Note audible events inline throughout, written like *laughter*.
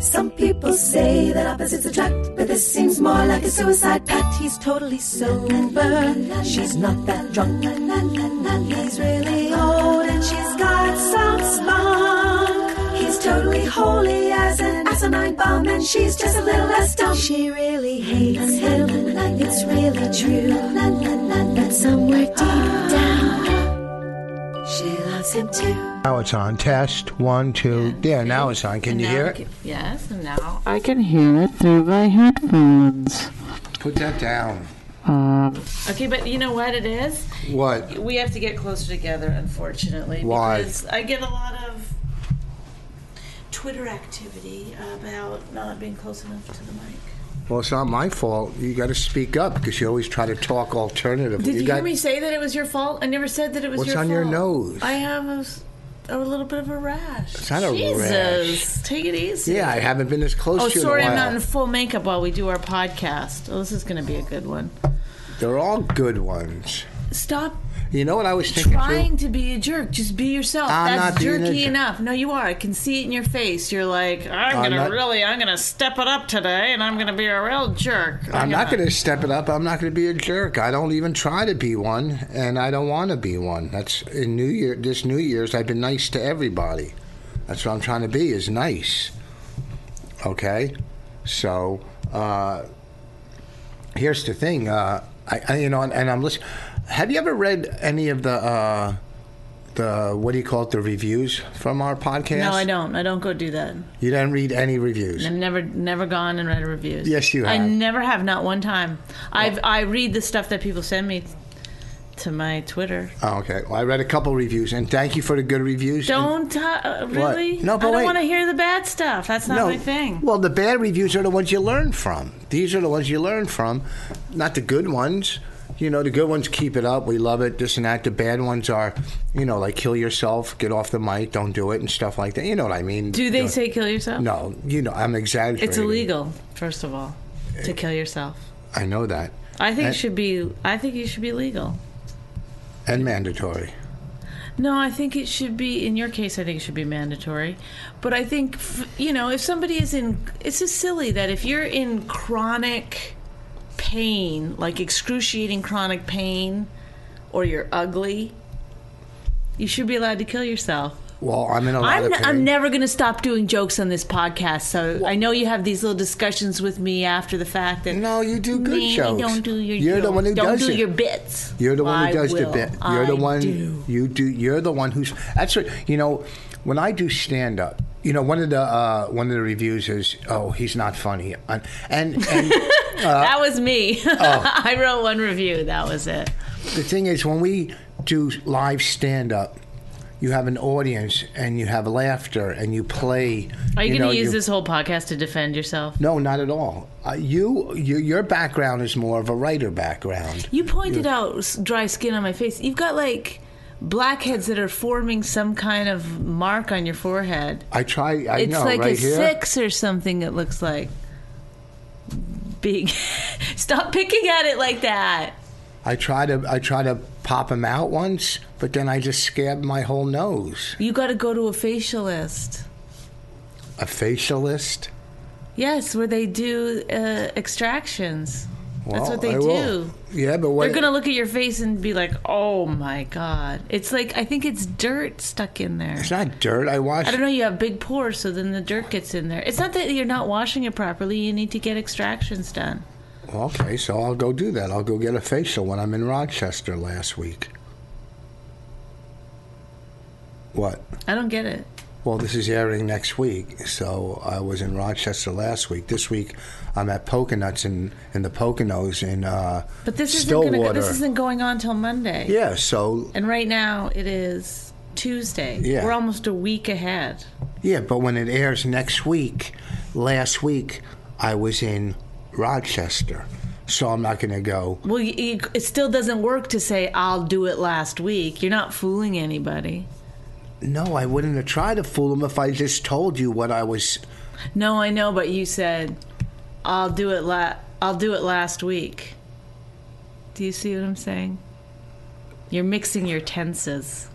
Some people say that opposites attract, but this seems more like a suicide pact. He's totally sober, she's not that drunk. He's really old and she's got some spunk. He's totally holy as an asinine bomb, and she's just a little less dumb. She really hates him, it's really true. But somewhere deep down, she loves him too. Now it's on. Test one, two. Yeah, now it's on. Can you hear it? Yes, and now I can hear it through my headphones. Put that down. Um, okay, but you know what it is? What? We have to get closer together, unfortunately. Why? Because I get a lot of Twitter activity about not being close enough to the mic. Well, it's not my fault. You got to speak up because you always try to talk alternatively. Did you, got, hear me say that it was your fault? I never said that it was What's your fault. on your nose? I have a, s- a little bit of a rash. It's not a Jesus, take it easy. Yeah, I haven't been this close Oh, to you sorry, in a I'm while. not in full makeup while we do our podcast. Oh, this is going to be a good one. They're all good ones. Stop You know what I was thinking? too? trying to be a jerk. Just be yourself. I'm That's not being a jerky jerk. enough. No, you are. I can see it in your face. You're like, I'm, I'm gonna not- really, I'm gonna step it up today, and I'm gonna be a real jerk. uh, I'm not going to step it up. I'm not going to be a jerk. I don't even try to be one, and I don't want to be one. That's in New Year. This New Year's, I've been nice to everybody. That's what I'm trying to be is nice. Okay, so uh, here's the thing. Uh, I, I, you know, and, and I'm listening. Have you ever read any of the uh, the what do you call it? The reviews from our podcast? No, I don't. I don't go do that. You didn't read any reviews. I've never, never gone and read reviews. Yes, you I have. never have, not one time. I've, I read the stuff that people send me to my Twitter. Oh, okay, well, I read a couple reviews, and thank you for the good reviews. And- Don't uh, What? really. No, but I don't wait. want to hear the bad stuff. That's not my thing. Well, the bad reviews are the ones you learn from. These are the ones you learn from, not the good ones. You know, the good ones keep it up. We love it, this and that. The bad ones are, you know, like kill yourself, get off the mic, don't do it, and stuff like that. You know what I mean? do they You know- say kill yourself? No, you know, I'm exaggerating. It's illegal, first of all, to kill yourself. I know that. I think And- it should be. I think it should be legal. And mandatory. No, I think it should be. In your case, I think it should be mandatory. But I think f- you know, if somebody is in, it's just silly that if you're in chronic pain, like excruciating chronic pain, or you're ugly, you should be allowed to kill yourself. Well, I'm in a lot I'm, of n- pain. I'm never going to stop doing jokes on this podcast. So I know you have these little discussions with me after the fact. That No, you do good "Maybe jokes. Don't do your. You're the jokes. one who don't does do it. your bits. You're the one I who does will. the bit. You're I the one do. you do. You're the one who's. That's what you know. When I do stand up, you know, one of the uh, one of the reviews is, "Oh, he's not funny," and and, and uh, that was me. oh. *laughs* I wrote one review. That was it. *laughs* the thing is, when we do live stand up, you have an audience and you have laughter and you play. Are you, know, going to use this whole podcast to defend yourself? No, not at all. Uh, you, you, your background is more of a writer background. You pointed out s- dry skin on my face. You've got like blackheads that are forming some kind of mark on your forehead. I try. I It's know like right a here. six or something. It looks like. Big. *laughs* Stop picking at it like that. I try to I try to pop him out once, but then I just scabbed my whole nose. You got to go to a facialist. A facialist. Yes, where they do uh, extractions. That's Well, what they I do. will. Yeah, but what? They're gonna look at your face and be like, "Oh my god!" It's like I think it's dirt stuck in there. It's not dirt. I washed. I don't know. You have big pores, so then the dirt gets in there. It's not that you're not washing it properly. You need to get extractions done. Okay, so I'll go do that. I'll go get a facial when I'm in Rochester last week. What? I don't get it. Well, this is airing next week, so I was in Rochester last week. This week, I'm at Poconuts in in the Poconos in uh, But this isn't gonna go, Stillwater. this isn't going on till Monday. yeah, so And right now it is Tuesday. Yeah. We're almost a week ahead. Yeah, but when it airs next week, last week I was in Rochester. so I'm not going to go. Well, you, you, it still doesn't work to say I'll do it last week. You're not fooling anybody. No, I wouldn't have tried to fool him if I just told you what I was. No, I know, but you said I'll do it la- I'll do it last week. Do you see what I'm saying? You're mixing your tenses.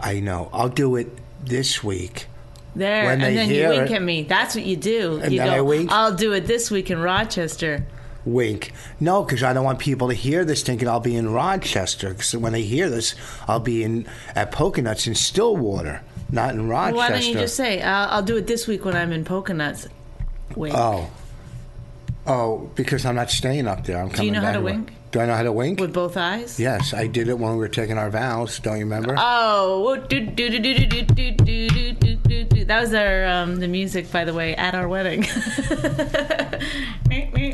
I know. I'll do it this week. There, When they and then you hear wink it- at me. That's what you do. And you then go, I wink? I'll do it this week in Rochester. Wink. No, because I don't want people to hear this thinking I'll be in Rochester. Because when they hear this, I'll be in at Poconuts in Stillwater, not in Rochester. Why don't you just say I'll, I'll do it this week when I'm in Poconuts? Wink. Oh. Oh, because I'm not staying up there. I'm coming know how back to to- wink? Do I know how to wink? with both eyes. yes, I did it when we were taking our vows. Don't you remember? Oh, do do do do do do do do do do do do. That was our um, the music, by the way, at our wedding. *laughs*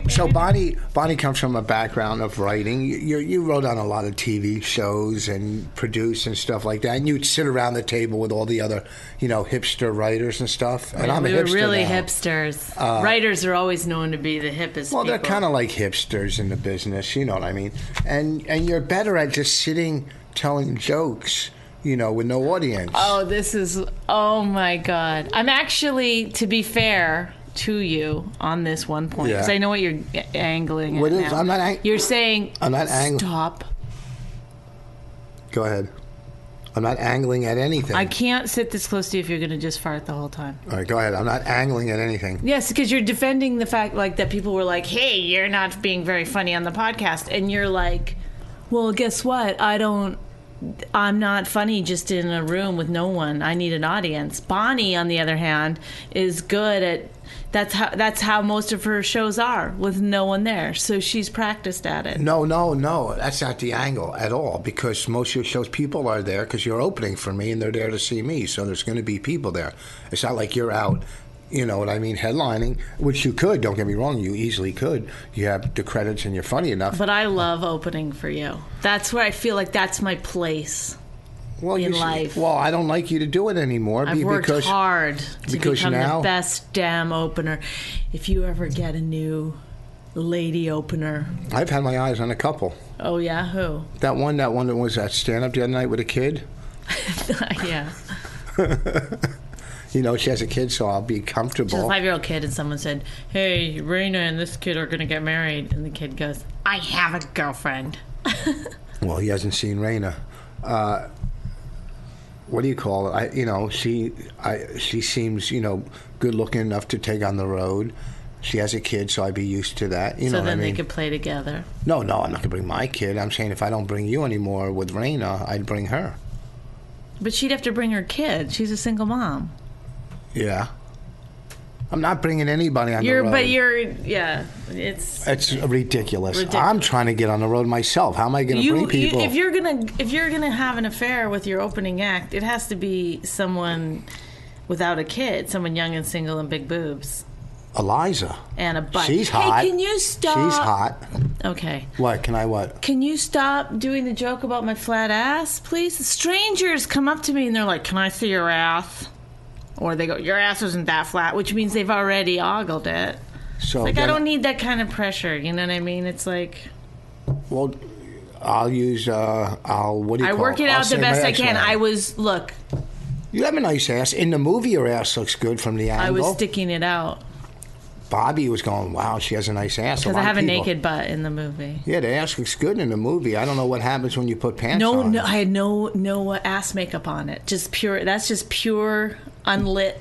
so Bonnie, Bonnie comes from a background of writing. You, you you wrote on a lot of TV shows and produced and stuff like that. And you'd sit around the table with all the other, you know, hipster writers and stuff. And I'm we a were hipster really now. Uh, hipsters. Writers are always known to be the hippest. Well, they're people. kind of like hipsters in the business, you know what I mean? And and you're better at just sitting telling jokes, you know, with no audience. Oh, this is. Oh my God! I'm actually, to be fair to you, on this one point because Yeah. I know what you're a- angling. What at is- now. I'm not ang- You're saying I'm not ang- Stop. Go ahead. I'm not angling at anything. I can't sit this close to you if you're going to just fart the whole time. All right, go ahead. I'm not angling at anything. Yes, because you're defending the fact like that people were like, "Hey, you're not being very funny on the podcast," and you're like, "Well, guess what? I don't. I'm not funny just in a room with no one. I need an audience." Bonnie, on the other hand, is good at. That's how that's how most of her shows are with no one there. So she's practiced at it. No, no, no. That's not the angle at all because most of your shows, people are there because you're opening for me and they're there to see me. So there's going to be people there. It's not like you're out, you know what I mean, headlining, which you could, don't get me wrong, you easily could. You have the credits and you're funny enough. But I love opening for you. That's where I feel like that's my place. well, in you, s- life. Well, I don't like you to do it anymore I've be- worked because hard to because become now- the best damn opener. If you ever get a new lady opener, I've had my eyes on a couple. oh yeah, who? *laughs* That one, that one that was at stand up the other night with a kid. yeah, You know, she has a kid, so I'll be comfortable. a five-year-old kid, and someone said, "Hey, Raina and this kid are gonna get married," and the kid goes, "I have a girlfriend." Well, he hasn't seen Raina. Uh, what do you call it? I, you know, she, I, she seems, you know, good looking enough to take on the road. She has a kid, so I'd be used to that. You know So then what I mean? they could play together. No, no, I'm not gonna bring my kid. I'm saying if I don't bring you anymore with Raina, I'd bring her. But she'd have to bring her kid. She's a single mom. Yeah. I'm not bringing anybody on You're, the road. but you're, yeah. It's It's ridiculous. Ridiculous. I'm trying to get on the road myself. How am I going to you, bring you- people? if you're gonna if you're gonna have an affair with your opening act it has to be someone without a kid someone young and single and big boobs Eliza, and a butt she's Hey, hot. can you stop She's hot. okay What can I? What? can you stop doing the joke about my flat ass please strangers come up to me and they're like can i see your ass or they go your ass isn't that flat which means they've already ogled it So like i then- don't need that kind of pressure you know what i mean it's like Well, I'll use. Uh, I'll. What do you i call work it I'll out the say my best i ass can line. i was look you have a nice ass. In the movie, your ass looks good from the angle. i was sticking it out Bobby was going, "Wow, she has a nice ass." Because I lot have of a people- naked butt in the movie. Yeah, the ass looks good in the movie. I don't know what happens when you put pants No, on. no, I had no no ass makeup on it. Just pure. That's just pure unlit.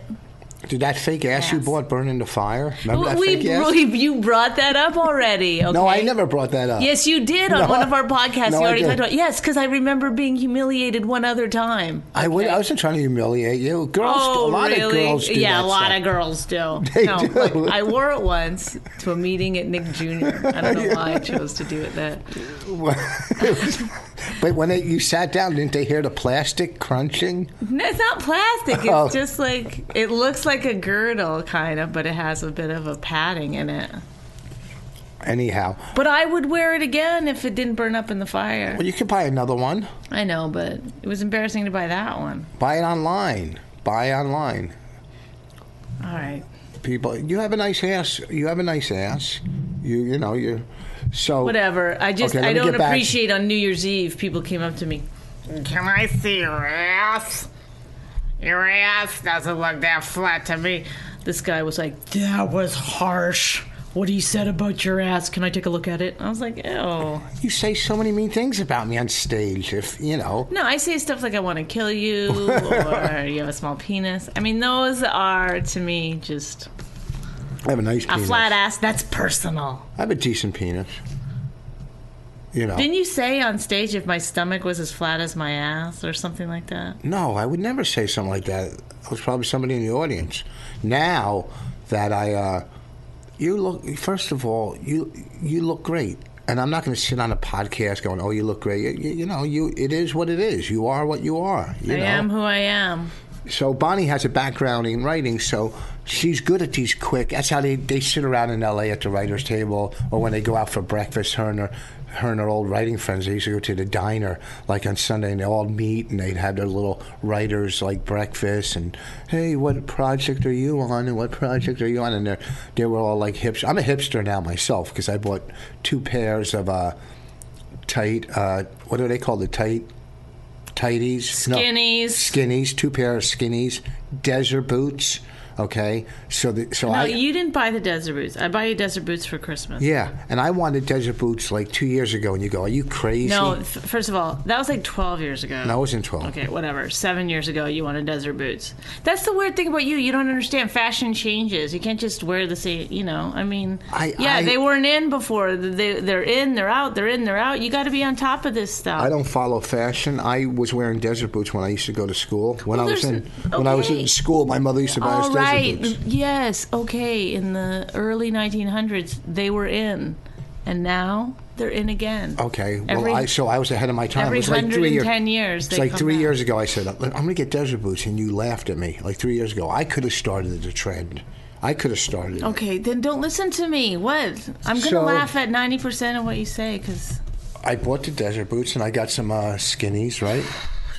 Did that fake ass you Ass. brought burn into fire? Remember that we, fake ass? we- you brought that up already. *laughs* Okay? no, I never brought that up. Yes, you did on No, one of I- our podcasts. no, you I already didn't. talked about. Yes, because I remember being humiliated one other time. I, would, I wasn't trying to humiliate you. Girls, Oh, a lot really? of girls do yeah, that a lot stuff. of girls do. They no, do. Like, I wore it once to a meeting at Nick Jr. I *laughs* don't know why I chose to do it. That *laughs* but when they, you sat down, didn't they hear the plastic crunching? No, it's not plastic. It's Oh. just like it looks like a girdle, kind of, but it has a bit of a padding in it. Anyhow, But I would wear it again if it didn't burn up in the fire. well, you could buy another one. I know, but it was embarrassing to buy that one. Buy it online. Buy online. All right. People, you have a nice ass. You have a nice ass. You, you know, you. So Whatever. I just Okay, let I me don't get back- appreciate on New Year's Eve people came up to me. Can I see your ass? Your ass doesn't look that flat to me. This guy was like, "That was harsh. What he said about your ass. Can I take a look at it?" I was like, "Oh." You say so many mean things about me on stage. If you know, No, I say stuff like I want to kill you *laughs* or you have a small penis. I mean, those are to me just I have a nice a penis. flat ass. That's personal. I have a decent penis. You know. Didn't you say on stage if my stomach was as flat as my ass or something like that? No, I would never say something like that. It was probably somebody in the audience. Now that I, uh, you look. First of all, you you look great, and I'm not going to sit on a podcast going, "Oh, you look great." You, you know, you it is what it is. You are what you are. You I know? am who I am. So Bonnie has a background in writing, so she's good at these quick. That's how they, they sit around in L.A. at the writers' table, or when they go out for breakfast. Her and her, her and her old writing friends they used to go to the diner like on Sunday, and they all meet and they'd have their little writers like breakfast and hey, what project are you on and what project are you on? And they they were all like hipster. I'm a hipster now myself because I bought two pairs of uh, tight. Uh, what are they called? The tight. Tighties, No Skinnies. skinnies, two pair of skinnies, desert boots. Okay, so the, so No, I you didn't buy the desert boots. I buy you desert boots for Christmas. yeah, and I wanted desert boots like two years ago, and you go, are you crazy? No, f- first of all, that was like 12 years ago. I wasn't twelve. Okay, whatever. Seven years ago, you wanted desert boots. That's the weird thing about you. You don't understand fashion changes. You can't just wear the same. You know, I mean, I- yeah, I- they weren't in before. They they're in, they're out, they're in, they're out. You got to be on top of this stuff. I don't follow fashion. I was wearing desert boots when I used to go to school. When Well, I was in there's- when I was okay. in school, my mother used to buy us All right. desert boots. Yes. Okay. In the early 1900s, they were in, and now they're in again. Okay, well, Every- I so I was ahead of my time. Oh, Every it was like three years. 110 years, It's they like come three back. years ago. I said I'm going to get desert boots, and you laughed at me. Like three years ago, I could have started the trend. I could have started. it. Okay, then don't listen to me. What? I'm gonna So- laugh at 90% of what you say because I bought the desert boots and I got some uh, skinnies, right?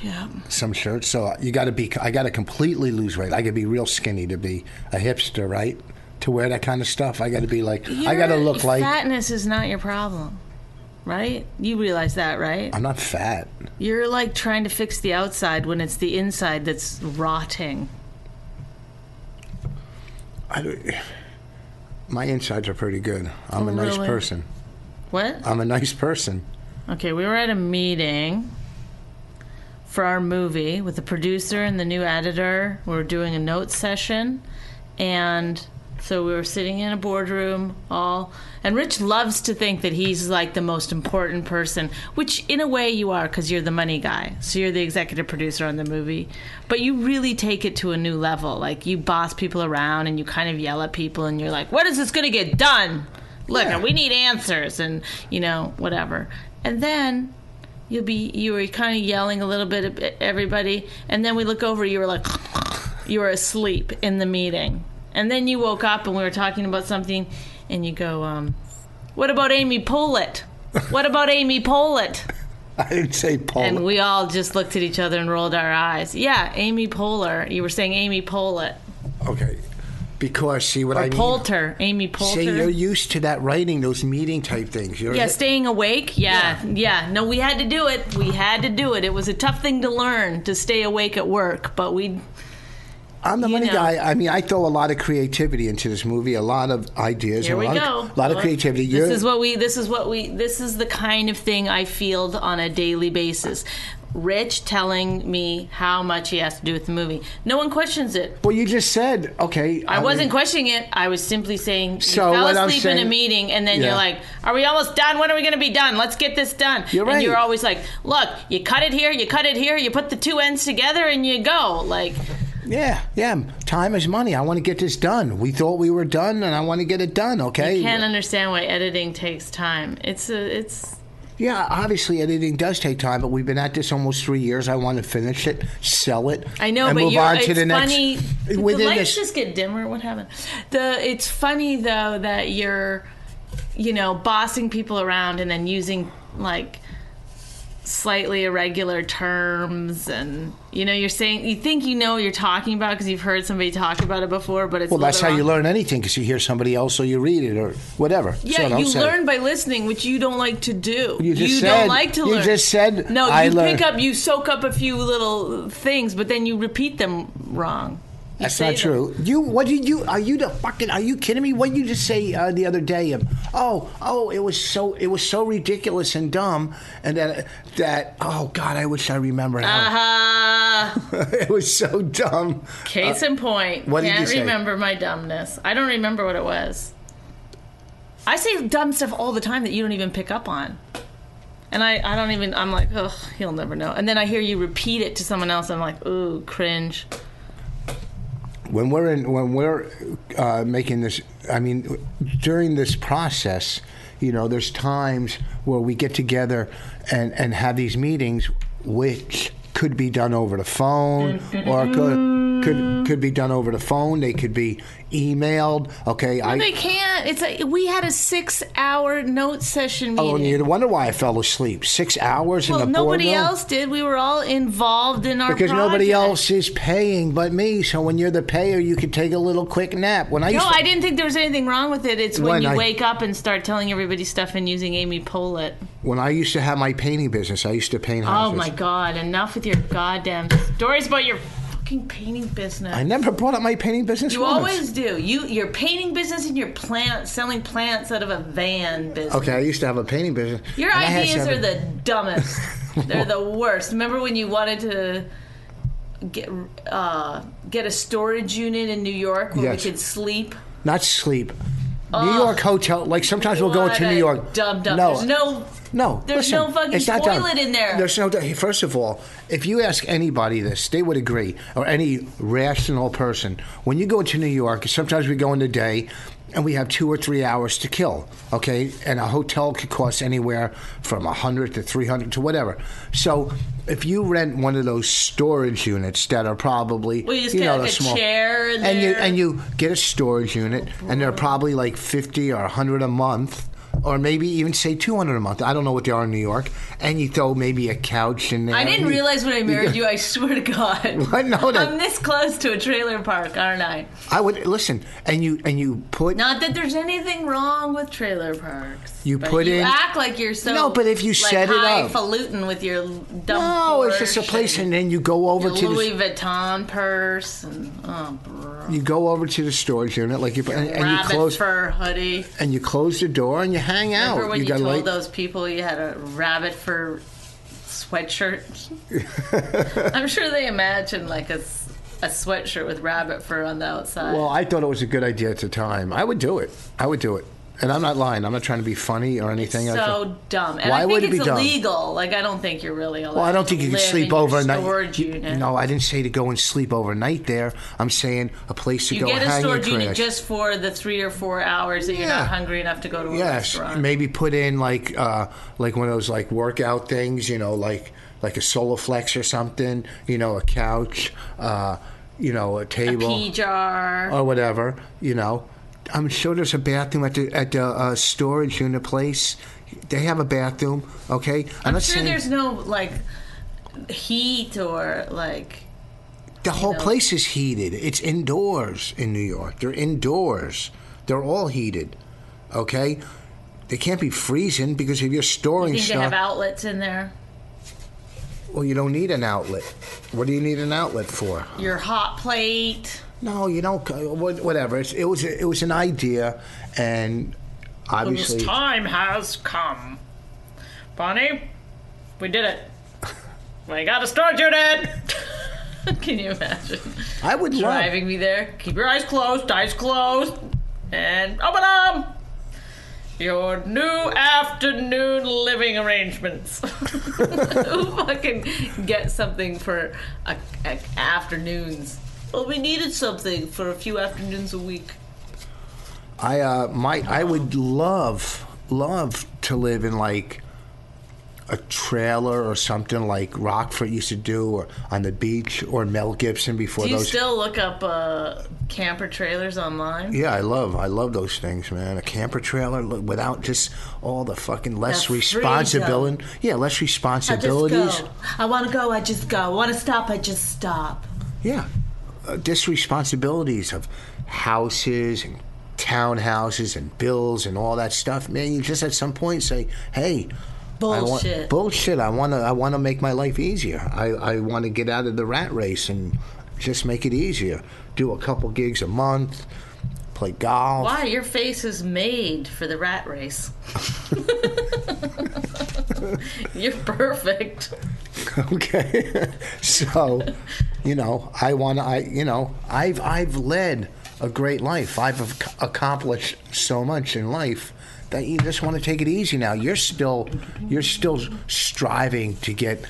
yeah. Some shirts. So you got to be. I got to completely lose weight. I got to be real skinny to be a hipster, right? To wear that kind of stuff, I got to be like. I got to Your look like. fatness is not your problem, right? You realize that, right? I'm not fat. You're like trying to fix the outside when it's the inside that's rotting. I don't, my insides are pretty good. I'm a Oh, nice really? person. What? I'm a nice person. *laughs* Okay, we were at a meeting for our movie with the producer and the new editor. We were doing a note session, and so we were sitting in a boardroom all. And Rich loves to think that he's like the most important person, which in a way you are because you're the money guy. So you're the executive producer on the movie. But you really take it to a new level. Like you boss people around and you kind of yell at people and you're like, what is this going to get done? look and we need answers and you know whatever and then you'll be you were kind of yelling a little bit at everybody and then we look over you were like *laughs* you were asleep in the meeting and then you woke up and we were talking about something and you go um what about amy Pollitt? what about *laughs* amy Pollitt? I didn't say Paul. and we all just looked at each other and rolled our eyes yeah amy polar you were saying amy Pollitt. okay, because see what or I mean. polter amy polter See, you're used to that writing, those meeting type things. You're Yeah, staying awake. Yeah, yeah, No, we had to do it. We had to do it. It was a tough thing to learn to stay awake at work, but we. I'm the You money know. guy. I mean, I throw a lot of creativity into this movie, a lot of ideas, Here and we a lot, go. Of, a lot of Look, creativity. This is what we. This is what we. This is the kind of thing I field on a daily basis. Rich telling me how much he has to do with the movie. No one questions it. well, you just said, okay. I wasn't mean, questioning it. I was simply saying you So fell what I'm asleep in saying- a meeting, and then Yeah. you're like, "Are we almost done? When are we going to be done? Let's get this done." You're And you're right. always like, "Look, you cut it here, you cut it here, you put the two ends together, and you go." Like, Yeah, yeah. Time is money. I want to get this done. We thought we were done, and I want to get it done. Okay. can't understand why editing takes time. It's a, it's. Yeah, obviously editing does take time, but we've been at this almost three years. I want to finish it, sell it. I know, and but move you're, on it's to the next. *laughs* funny. the within lights this- just get dimmer. What happened? The it's funny though that you're, you know, bossing people around and then using like slightly irregular terms and you know you're saying you think you know what you're talking about because you've heard somebody talk about it before but it's Well, that's how you literal- learn anything because you hear somebody else or you read it or whatever. yeah, So don't you say- learn by listening, which you don't like to do. You just don't said- like to you learn. just said, no. "I you learn." pick up, you soak up a few little things, but then you repeat them wrong. You That's say not true. them- You what did you are you the fucking are you kidding me? What did you just say uh, the other day? Um, oh oh it was so it was so ridiculous and dumb and that that oh god I wish I remembered Ah. how Uh, *laughs* it was so dumb. case in point. Uh, what did you Can't say? remember my dumbness. I don't remember what it was. I say dumb stuff all the time that you don't even pick up on. And I, I don't even, I'm like, ugh, he'll never know. And then I hear you repeat it to someone else. I'm like, ooh, cringe. when we're in when we're uh, making this i mean during this process you know there's times where we get together and and have these meetings which could be done over the phone or could could could be done over the phone they could be emailed okay i They can't. It's like we had a six hour note session meeting. Oh, and you wonder why I fell asleep. Six hours well, in the nobody boardroom? else did. We were all involved in our Because nobody project. else is paying but me. So when you're the payer, you can take a little quick nap. When I No, used to, I didn't think there was anything wrong with it. It's when, When you I- wake up and start telling everybody stuff and using Amy Pollitt. when I used to have my painting business, I used to paint Oh houses. my God! Enough with your goddamn stories about your fucking painting business. I never brought up my painting business. you once. always do. You your painting business and your plant selling plants out of a van business. Okay, I used to have a painting business. Your and I had ideas are seven- *laughs* the dumbest. They're the worst. Remember when you wanted to get uh, get a storage unit in New York where Yes. we could sleep? not sleep. New York hotel. Like sometimes we'll go What to a New York. Dumb, dumb. No, There's no. no. there's listen, no fucking it's not dumb. toilet in there. There's no. First of all, if you ask anybody this, they would agree, or any rational person. When you go to New York, sometimes we go in the day. And we have two or three hours to kill, okay? And a hotel could cost anywhere from a hundred to three hundred to whatever. So, if you rent one of those storage units that are probably Well, you just you get know, like the a small, chair in and you there. and you get a storage unit, and they're probably like fifty or hundred a month, or maybe even say two hundred a month. I don't know what they are in New York. And you throw maybe a couch in there. I didn't and you- realize when I married you. I swear to God. *laughs* What? No, that- I'm this close to a trailer park, aren't I? I would listen, and you and you put Not that there's anything wrong with trailer parks. You but put you in- act like you're so No, but if you like, set it up- highfalutin with your dumb. no, Oh, it's just a Porsche place, and- and then you go over The to Louis the, Vuitton purse and oh, bro. you go over to the storage unit, like you and, and you rabbit close fur hoodie. and you close the door and you hang out. Remember when you, got told like those people you had a rabbit fur *laughs* sweatshirt? I'm sure they imagined like a, s- a sweatshirt with rabbit fur on the outside. Well, I thought it was a good idea at the time. I would do it. I would do it. And I'm not lying. I'm not trying to be funny or anything. I so just- dumb. And Why I think would it it's be dumb? illegal. Like I don't think you're really allowed. Well, I don't think to you can live in sleep your overnight. Storage unit. No, I didn't say to go and sleep overnight there. I'm saying a place to You go get a hang storage and unit crash. just for the three or four hours that you're Yeah. not hungry enough to go to a yes, restaurant. maybe put in like uh, like one of those like workout things, you know, like like a Soloflex or something, you know, a couch, uh, you know, a table Pee jar. or whatever, you know. I'm sure there's a bathroom at the at the uh, storage unit place. They have a bathroom, okay? I'm, not sure saying there's no like heat or like the whole place is heated. It's indoors in New York. They're indoors. They're all heated, okay? They can't be freezing because if you're storing you think they have stuff, outlets in there. well, you don't need an outlet. What do you need an outlet for? Your hot plate. *laughs* No, you don't. uh, what- Whatever. It's, it was it was an idea, and obviously. This time has come. Bonnie, we did it. We gotta start, Judith! Can you imagine? I would love. Driving me there. Keep your eyes closed, eyes closed. And open them! Your new afternoon living arrangements. *laughs* Who fucking get something for a, a, afternoons? Well, we needed something for a few afternoons a week. I uh, my I would love love to live in like a trailer or something like Rockford used to do, or on the beach, or Mel Gibson before Do you those. still look up uh, camper trailers online? yeah, I love I love those things, man. A camper trailer look, without just all the fucking less The freedom. responsibility. Yeah, less I just responsibilities. go. I want to go. I just go. I want to stop. I just stop. Yeah, uh, just responsibilities of houses and townhouses and bills and all that stuff. Man, you just at some point say, "Hey, I want- Bullshit. bullshit. I want to. I want to make my life easier. I, I want to get out of the rat race and just make it easier. Do a couple gigs a month. Play golf. Why your face is made for the rat race? *laughs* You're perfect. *laughs* Okay. *laughs* so, you know, I want to. I you know, I've I've led a great life. I've ac- accomplished so much in life that you just want to take it easy now. You're still you're still striving to get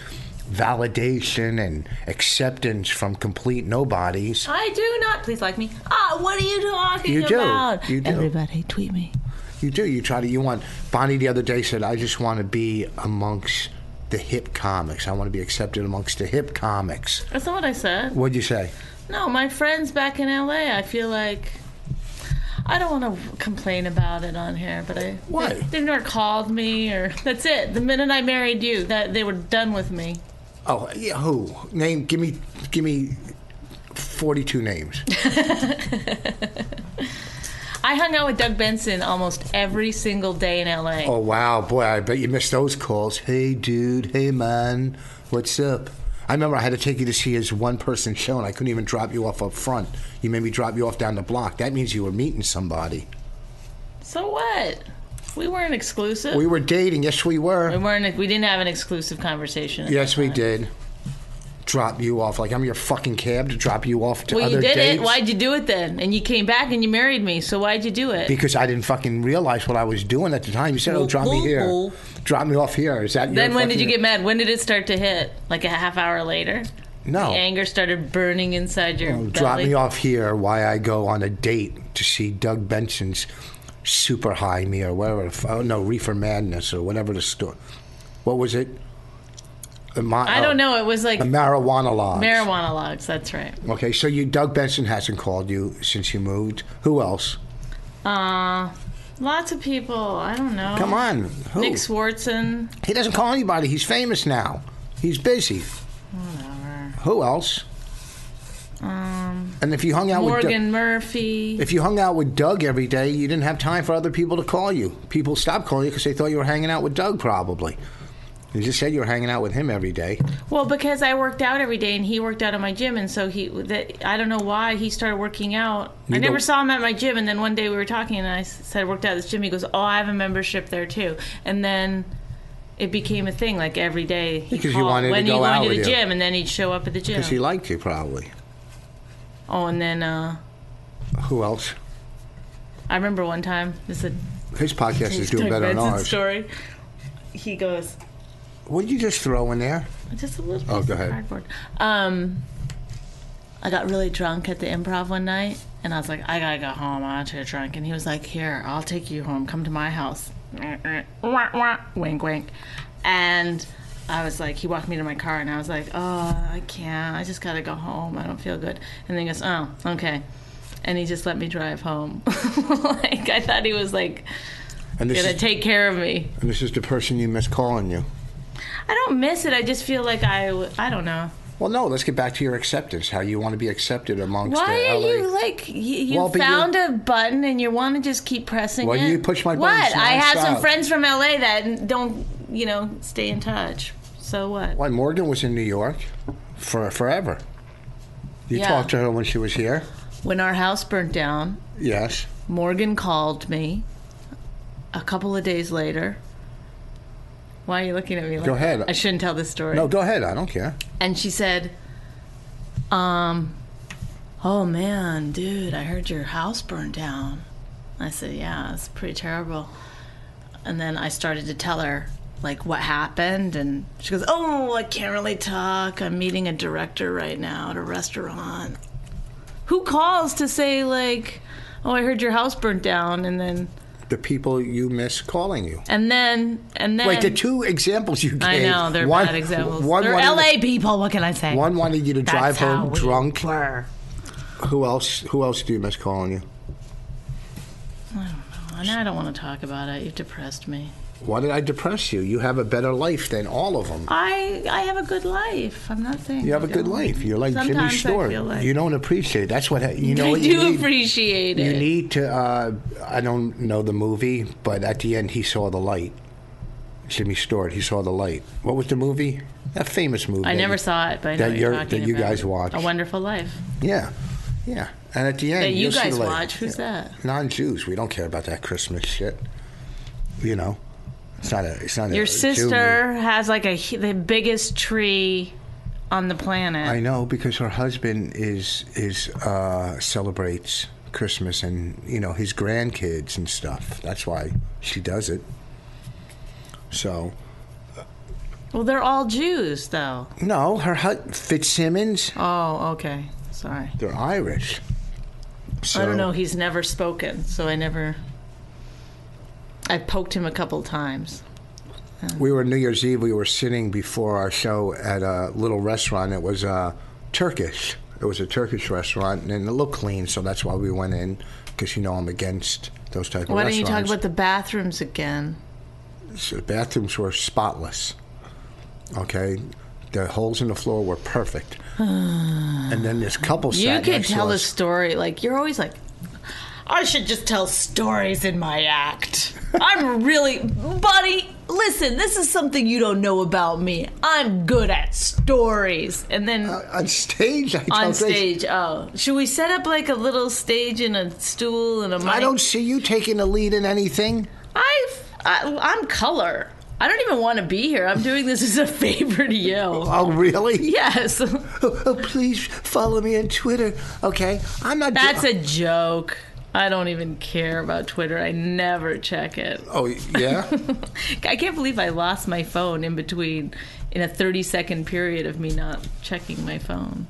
validation and acceptance from complete nobodies. I do not. Please like me. Ah, what are you talking You do. about? You do. Everybody, tweet me. You do. You try to. You want. Bonnie the other day said, "I just want to be amongst the hip comics. I want to be accepted amongst the hip comics." That's not what I said. What'd you say? No, my friends back in LA. I feel like I don't want to complain about it on here, but I Why? They, have never called me or that's it. The minute I married you, that they were done with me. Oh, yeah, who? Name. Give me. Give me. Forty-two names. I hung out with Doug Benson almost every single day in LA. *laughs* Oh wow, boy! I bet you missed those calls. Hey, dude. Hey, man. What's up? I remember I had to take you to see his one-person show, and I couldn't even drop you off up front. You made me drop you off down the block. That means you were meeting somebody. So what? We weren't exclusive. We We, were dating. Yes, we were. weren't. We didn't have an exclusive conversation. at Yes, that we time. did. Drop you off. Like I'm your fucking cab to drop you off to Well, other you did dates. it. Why'd you do it then? And you came back and you married me. So why'd you do it? Because I didn't fucking realize what I was doing at the time. You said, "Oh, drop me here, drop me off here." Is that your then when did you fucking- get mad? When did it start to hit? Like a half hour later? The No, anger started burning inside your belly. Oh. drop me off here. Why I go on a date to see Doug Benson's Super High Me or whatever. the f- Oh no, Reefer Madness or whatever the store. What was it? The ma- I oh, don't know. It was like The marijuana law. marijuana logs. That's right. Okay, so you Doug Benson hasn't called you since you moved. Who else? Uh, lots of people. I don't know. Come on, who? Nick Swartzen. He doesn't call anybody. He's famous now. He's busy. Who else? Um, And if you hung out with Doug, Morgan Murphy. if you hung out with Doug every day, you didn't have time for other people to call you. People stopped calling you because they thought you were hanging out with Doug. Probably. You just said you were hanging out with him every day. Well, because I worked out every day and he worked out at my gym, and so he that I don't know why he started working out. I never don't- saw him at my gym, and then one day we were talking, and I s- said I worked out at this gym. He goes, "Oh, I have a membership there too," and then. It became a thing, like every day. He Because you called wanted to when go he out wanted to with the you. gym, and then he'd show up at the gym. Because he liked you, probably. oh, and then uh, Who else? I remember one time. This is His podcast is a doing Doug better than Benson ours. story. He goes, What did you just throw in there? Just a little piece Oh, go of ahead. cardboard. Um, I got really drunk at the improv one night, and I was like, I gotta go home. I'm too drunk. And he was like, Here, I'll take you home. Come to my house. *laughs* wink, wink. And I was like, He walked me to my car, and I was like, Oh, I can't. I just gotta go home. I don't feel good. And then he goes, Oh, okay. And he just let me drive home. *laughs* like I thought he was like And this, gonna is, take care of me. and this is the person you missed calling you. I don't miss it. I just feel like I w- I don't know. Well, no. Let's get back to your acceptance. How you want to be accepted amongst Why the are LA you like you, you Well, but you- found a button and you want to just keep pressing Well, it? you push my What? buttons I have some nonstop. friends from LA that don't, you know, stay in touch. So what? Why Morgan was in New York for forever. You Yeah. talked to her when she was here. When our house burnt down, Yes. Morgan called me a couple of days later. Why are you looking at me like Go ahead. that? I shouldn't tell this story. No, go ahead. I don't care. and she said, um, oh man, dude, I heard your house burned down. I said, yeah, it's pretty terrible. And then I started to tell her like what happened, and she goes, oh, I can't really talk. I'm meeting a director right now at a restaurant. Who calls to say like, oh, I heard your house burnt down, and then the people you miss calling you. And then, and then. Wait, the two examples you gave. I know they're one- bad examples. One they're wanted, LA people. What can I say? One wanted you to That's drive how home we drunk. Were. Who else? Who else do you miss calling you? And I don't want to talk about it. You've depressed me. Why did I depress you? You have a better life than all of them. I I have a good life. I'm not saying You have I a good don't. *laughs* life. You're like Jimmy Sometimes I Stewart. feel like- you don't appreciate. it. That's what you know. *laughs* I what do you need? appreciate You it. need to. Uh, I don't know the movie, but at the end, he saw the light. Jimmy Stewart. He saw the light. What was the movie? A famous movie. I never saw it, but I know that what you're you're- talking that you about. guys watch. A Wonderful Life. Yeah, yeah. And at the end, That you you'll see guys the light. watch. Who's that? Non-Jews. We don't care about that Christmas shit. You know, it's not a. It's not a. Your Jew movie. sister has like a hu- the biggest tree on the planet. I know because her husband is is uh, celebrates Christmas and you know his grandkids and stuff. That's why she does it. So well, they're all Jews though. no, her hu- Fitzsimmons. Oh, okay. Sorry. They're Irish. So, I don't know. He's never spoken, so I never. I poked him a couple times. We were New Year's Eve. We were sitting before our show at a little restaurant. It was uh, Turkish. It was a Turkish restaurant, and it looked clean, so that's why we went in. Because you know I'm against those type Why of don't you restaurants. talk about the bathrooms again? So the bathrooms were spotless. Okay, the holes in the floor were *sighs* perfect. and then this couple You sat could next to tell a us. story. Like you're always like, I should just tell stories in my act. I'm really, buddy. Listen, this is something you don't know about me. I'm good at stories. And then on stage. I on don't think- stage, oh, should we set up like a little stage and a stool and a mic? I don't see you taking the lead in anything. I've, I, I'm color. I don't even want to be here. I'm doing this as a *laughs* favor to you. Oh, really? *laughs* Yes, Oh, oh, please follow me on Twitter. Okay, I'm not. do- that's a joke. I don't even care about Twitter. I never check it. Oh *laughs* yeah. I can't believe I lost my phone in between in a 30 second period of me not checking my phone.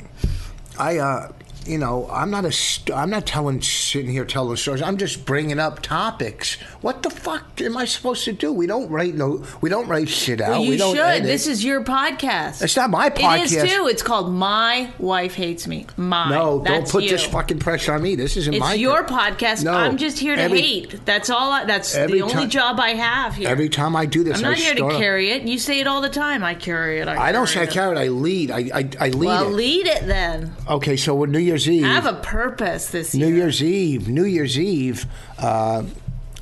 I uh you know I'm not a st- I'm not telling sitting here telling stories. I'm just bringing up topics. What the fuck am I supposed to do? We don't write no we don't write shit out. you Oh, we don't should. edit. This is your podcast. It's not my It is podcast. too. It's called My Wife Hates Me. My. no, don't That's put you. this fucking pressure on me. This isn't It's my your podcast. No. I'm just here to Every- hate. That's all. I, that's the Every only time- job I have here. Every time I do this, I'm not I here to start- carry it. You say it all the time. I carry it. I, I don't say I carry it. carry it. I lead. I I, I lead. Well, it. lead it then. Okay, so with New Year's Eve, Have a purpose this New year. Year's Eve, New Year's Eve, uh,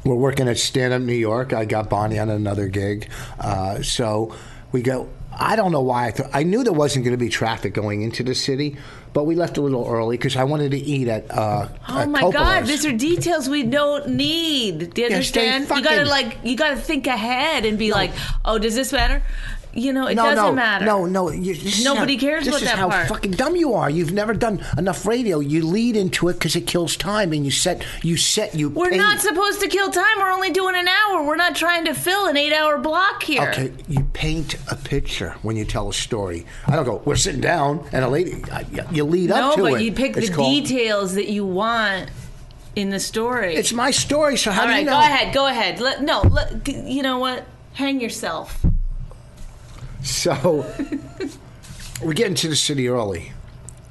we're working at Stand Up New York. I got Bonnie on another gig. Uh, so we go, I don't know why. I, th- I knew there wasn't going to be traffic going into the city, but we left a little early because I wanted to eat at. Uh, Oh my God! These are details we don't need. Do you Yes, they understand? you fucking- gotta like, you gotta think ahead and be like, oh, does this matter? You know, it no, doesn't no, matter. No, no. You, this is Nobody how, cares this about is that how part. fucking dumb you are. You've never done enough radio. You lead into it because it kills time, and you set, you set, you. we're pay- not supposed to kill time. We're only doing an hour. We're not trying to fill an eight-hour block here. Okay, you paint a picture when you tell a story. I don't go, we're sitting down, and a lady, I, you lead No, up to it. but you pick It's the called- details that you want in the story. It's my story, so how All do you right, know? go ahead. Go ahead. Let, no, let, g- you know what? Hang yourself. So *laughs* we're getting to the city early,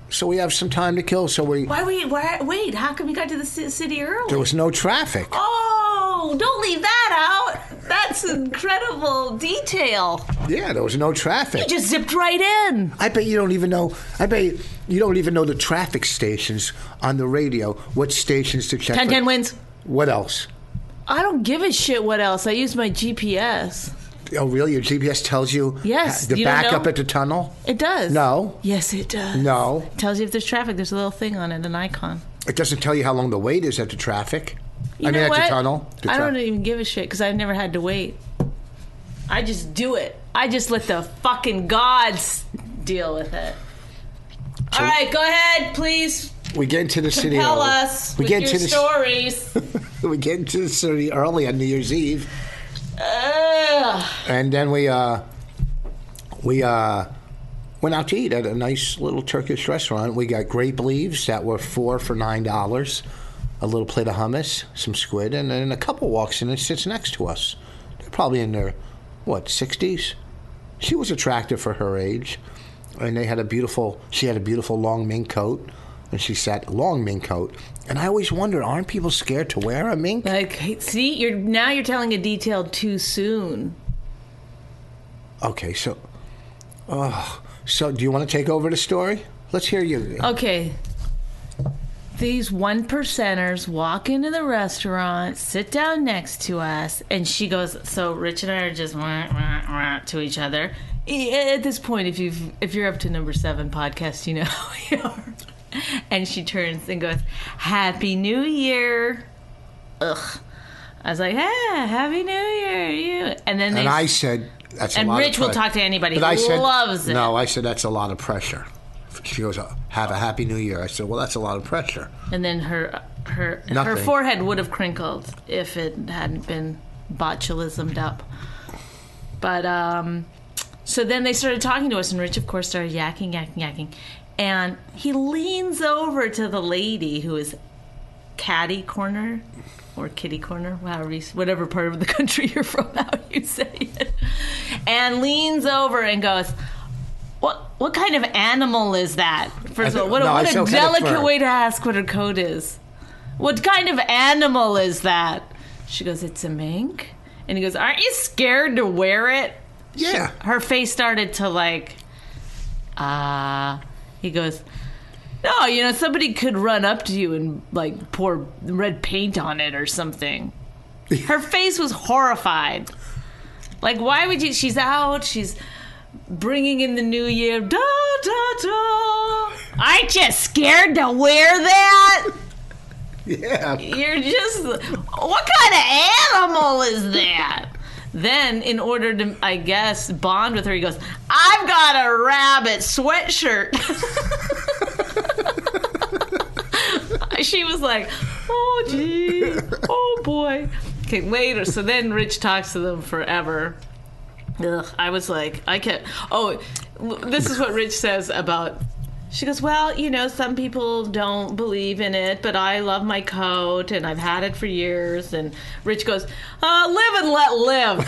so we have some time to kill. So we Why wait? Why wait? How come you got to the ci- city early? there was no traffic. Oh, don't leave that out. That's incredible detail. Yeah, there was no traffic. You just zipped right in. I bet you don't even know. I bet you, you don't even know the traffic stations on the radio. What stations to check? 10 for- 10 wins. What else? I don't give a shit what else. I use my GPS. Oh, really? Your GPS tells you Yes, the you don't backup know? at the tunnel? It does. No, Yes, it does. no. It tells you if there's traffic. There's a little thing on it, an icon. It doesn't tell you how long the wait is at the traffic. You I know mean, what? at the tunnel. The I tra- don't even give a shit because I've never had to wait. I just do it. I just let the fucking gods deal with it. All right, go ahead, please. We get into the city. Tell early. us We with get your into the stories. *laughs* we get into the city early on New Year's Eve, Ugh. and then we uh, we uh, went out to eat at a nice little Turkish restaurant. We got grape leaves that were four for nine dollars. a little plate of hummus, some squid, and then a couple walks in and sits next to us. They're probably in their, what, 60s? She was attractive for her age, and they had a beautiful, she had a beautiful long mink coat, and she sat, long mink coat. And I always wonder, aren't people scared to wear a mink? Like, see, you're now you're telling a detail too soon. Okay, so, oh, so do you want to take over the story? Let's hear you. Okay. These one percenters walk into the restaurant, sit down next to us, and she goes. So Rich and I are just wah, wah, wah, to each other. E- At this point, if you've if you're up to number seven podcast, you know who we are. And she turns and goes, "Happy New Year!" Ugh. I was like, "Yeah, Happy New Year, you." And then they And I said, that's And a lot Rich of will pre- talk to anybody But I who said, loves it. No, I said, that's a lot of pressure. She goes, "Uh, have a happy new year. I said, well, that's a lot of pressure. And then her her her Nothing. forehead would have crinkled if it hadn't been botulismed up. But um, so then they started talking to us, and Rich, of course, started yakking, yakking, yakking, and he leans over to the lady who is catty corner or kitty corner, however you, whatever part of the *laughs* country you're from, how you say it, and leans over and goes. What, what kind of animal is that? First of all, what a, No, I what still a had it delicate first. way to ask what her coat is. What kind of animal is that? She goes, It's a mink. And he goes, Aren't you scared to wear it? Yeah. her face started to like uh he goes no you know somebody could run up to you and like pour red paint on it or something her face was horrified like why would you she's out she's bringing in the new year da da da aren't you scared to wear that Yeah. you're just what kind of animal is that? Then, in order to, I guess, bond with her, he goes, "I've got a rabbit sweatshirt." *laughs* she was like, "Oh gee, oh boy." Okay, later. So then, Rich talks to them forever. Ugh, I was like, I can't. Oh, this is what Rich says about. She goes, Well, you know, some people don't believe in it, but I love my coat and I've had it for years. And Rich goes, uh, Live and let *laughs* live.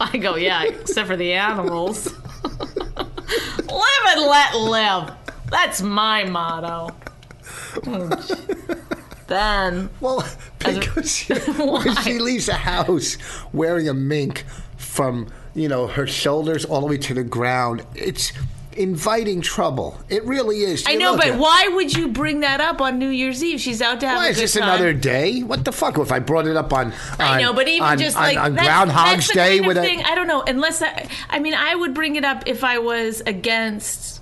I go, Yeah, except for the animals. live and let live. That's *laughs* my motto. Oh, gee. then, *laughs* Well, because she, when she leaves the house wearing a mink from, you know, her shoulders all the way to the ground, it's inviting trouble. It really is. I You know, look but at- why would you bring that up on New Year's Eve? She's out to have Why a is good this time. another day? What the fuck? If I brought it up on, on I know, but even on- just on- like on that's- Groundhog's that's the Day kind with of a thing, I don't know. Unless I, I mean, I would bring it up if I was against,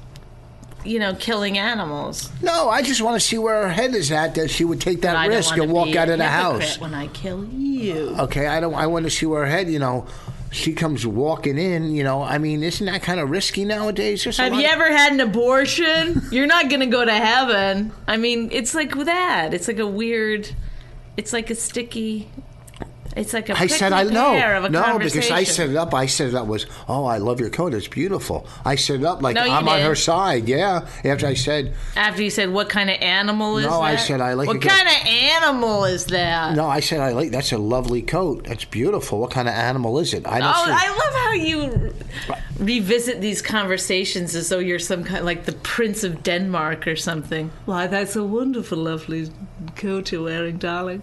you know, killing animals. no, I just want to see where her head is at that she would take I that don't risk wanna and walk be out a of the hypocrite house. when I kill you. Okay, I don't. I want to see where her head. You know, she comes walking in. You know, I mean, isn't that kind of risky nowadays? There's a Have lot you of- ever had an abortion? You're not gonna go to heaven. I mean, it's like that. It's like a weird. It's like a sticky. It's like a I said I prickly pear know. of a No, because I conversation. set it up. I set it up was, oh, I love your coat. It's beautiful. I set it up like No, you I'm on her didn't. side. Yeah. After I said, After you said, "What kind of animal is that?" No, I said, "I like What a girl." kind of animal is that? no, I said I like. That's a lovely coat. That's beautiful. What kind of animal is it? I don't Oh, see. I love how you revisit these conversations as though you're some kind like the Prince of Denmark or something. Why, that's a wonderful, lovely coat you're wearing, darling.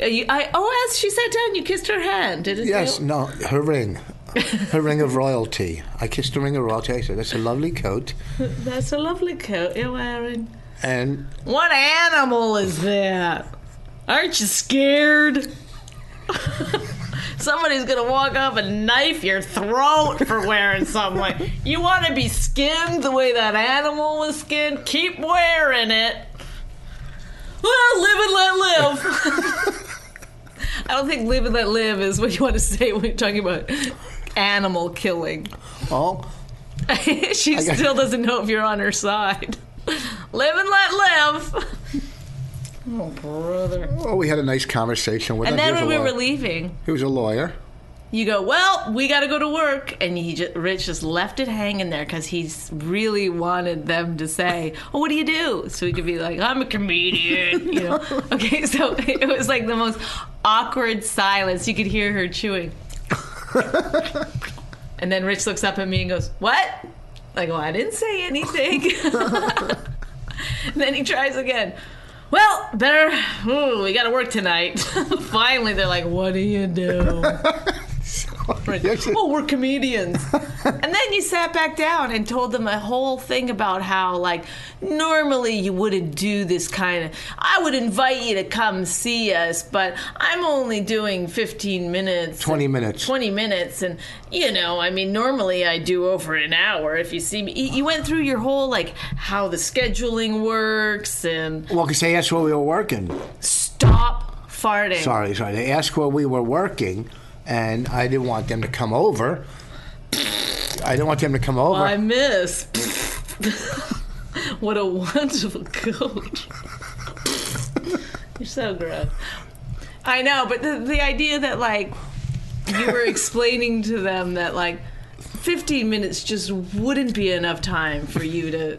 Uh, you- I, oh, as she sat down, you kissed her hand, didn't Yes, you? no, her ring. Her ring of royalty. I kissed the ring of royalty. I said, that's a lovely coat. That's a lovely coat you're wearing. And What animal is that? Aren't you scared? *laughs* Somebody's gonna walk up and knife your throat for wearing something like you want to be skinned the way that animal was skinned. Keep wearing it. Well, live and let live. *laughs* I don't think live and let live is what you want to say when you're talking about animal killing. *laughs* oh, she got- still doesn't know if you're on her side. *laughs* live and let live. oh, we had a nice conversation with. And him. then He was when a we lawyer. were leaving, he was a lawyer. you go, well, we got to go to work. And he just, Rich just left it hanging there because he really wanted them to say, oh, what do you do? So he could be like, I'm a comedian. You know? Okay, so it was like the most awkward silence. You could hear her chewing. and then Rich looks up at me and goes, what? Like, well, I didn't say anything. *laughs* then he tries again. Well, better. Ooh, we got to work tonight. *laughs* Finally, they're like, "What do you do?" *laughs* *laughs* oh, we're comedians. and then you sat back down and told them a whole thing about how, like, normally you wouldn't do this kind of. I would invite you to come see us, but I'm only doing 15 minutes. 20 minutes. 20 minutes and you know i mean normally i do over an hour if you see me you you went through your whole like how the scheduling works and Well, because they asked where we were working. stop farting Sorry, sorry. They asked where we were working, and I didn't want them to come over. I didn't want them to come over. i miss *laughs* what a wonderful coach you're so gross i know but the, the idea that like you were explaining to them that like 15 minutes just wouldn't be enough time for you to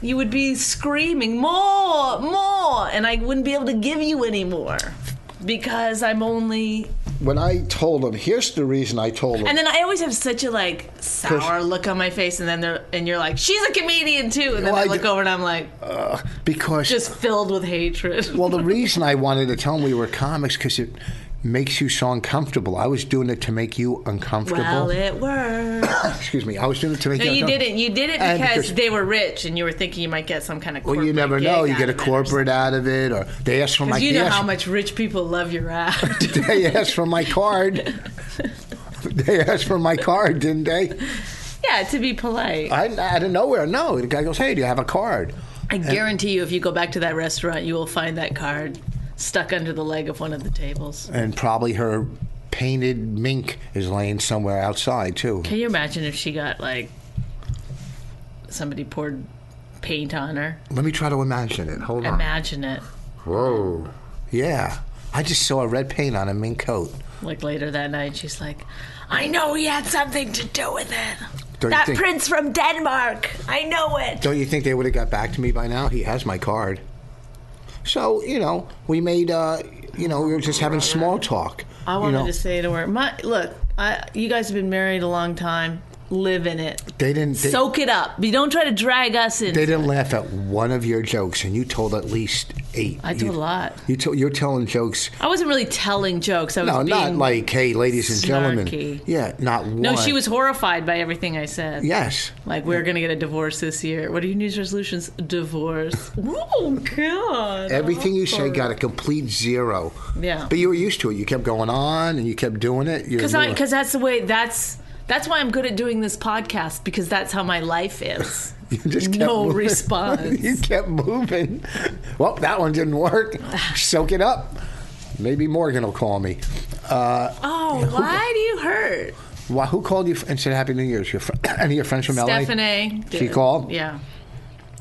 you would be screaming more more and i wouldn't be able to give you any more because i'm only when I told them, here's the reason I told them. and then i always have such a like sour look on my face and then they're and you're like she's a comedian too and then Well, I i look do- over and i'm like uh, because just filled with hatred well, the reason I wanted to tell them we were comics because it makes you so uncomfortable. I was doing it to make you uncomfortable. *laughs* well it worked *laughs* Excuse me. I was doing it to make No, you. you uncomfortable. didn't. You did it And because, because- they were rich, and you were thinking you might get some kind of. Well, you corporate never know. gig You out get a of it or *laughs* corporate out of it, or they asked for my. Because you they know asked- how much rich people love your act. *laughs* they asked for my card. *laughs* they asked for my card, didn't they? *laughs* yeah, to be polite. I out of nowhere. No, the guy goes, "Hey, do you have a card?" I guarantee you, if you go back to that restaurant, you will find that card stuck under the leg of one of the tables. And probably her painted mink is laying somewhere outside too. Can you imagine if she got like somebody poured paint on her? Let me try to imagine it. Hold on. Imagine it. Whoa. Yeah. I just saw a red paint on a mink coat. Like later that night, she's like, "I know he had something to do with it. Don't that you think? prince from Denmark. I know it." Don't you think they would have got back to me by now? He has my card. So you know, we made. Uh, you know, we were just having small talk. I you wanted know. to say to her, "My look, I, you guys have been married a long time. Live in it. They didn't. They, Soak it up. You don't try to drag us in." They didn't laugh at one of your jokes, and you told at least eight. I do you, a lot. You told you're telling jokes. I wasn't really telling jokes. I was No, being, not like, hey, ladies and snarky. gentlemen. Yeah, not one. No, she was horrified by everything I said. Yes. Like we're gonna get a divorce this year. What are your New Year's resolutions? Divorce. Oh God. Everything you say Awkward. got a complete zero. Yeah. But you were used to it. You kept going on, and you kept doing it. You're Because I really- because that's the way that's that's why I'm good at doing this podcast because that's how my life is. *laughs* *laughs* you just kept no moving. *laughs* response. you kept moving. Well, that one didn't *sighs* work. Soak it up. Maybe Morgan will call me. Uh, Oh, why do you hurt? wh- who called you and said Happy New Year's? Your fr- *coughs* any of your friends from LA? Stephanie. She did. called? Yeah.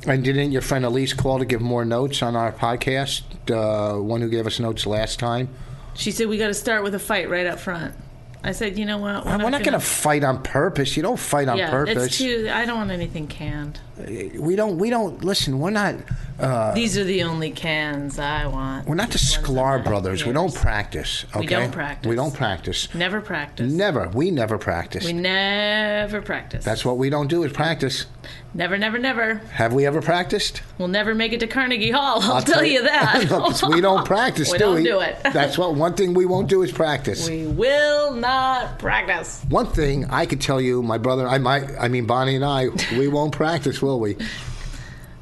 And didn't your friend Elise call to give more notes on our podcast? The one who gave us notes last time. She said we got to start with a fight right up front. I said, you know what? We're not, going to fight on purpose. You don't fight on yeah, purpose. it's too. I don't want anything canned. We don't. We don't. Listen, we're not. Uh, These are the only cans I want. we're not the These ones Sklar I'm brothers. We not- don't practice. Okay. don't practice. We don't practice. Never practice. Never. We never practice. We never practice. That's what we don't do is practice. never, never, never. Have we ever practiced? We'll never make it to Carnegie Hall. I'll, tell *laughs* you that. 'Cause we *laughs* don't practice. We do don't we? do it. *laughs* That's what one thing we won't do is practice. we will not practice. One thing I could tell you, my brother, I might, I mean Bonnie and I, we won't practice, will *laughs* we?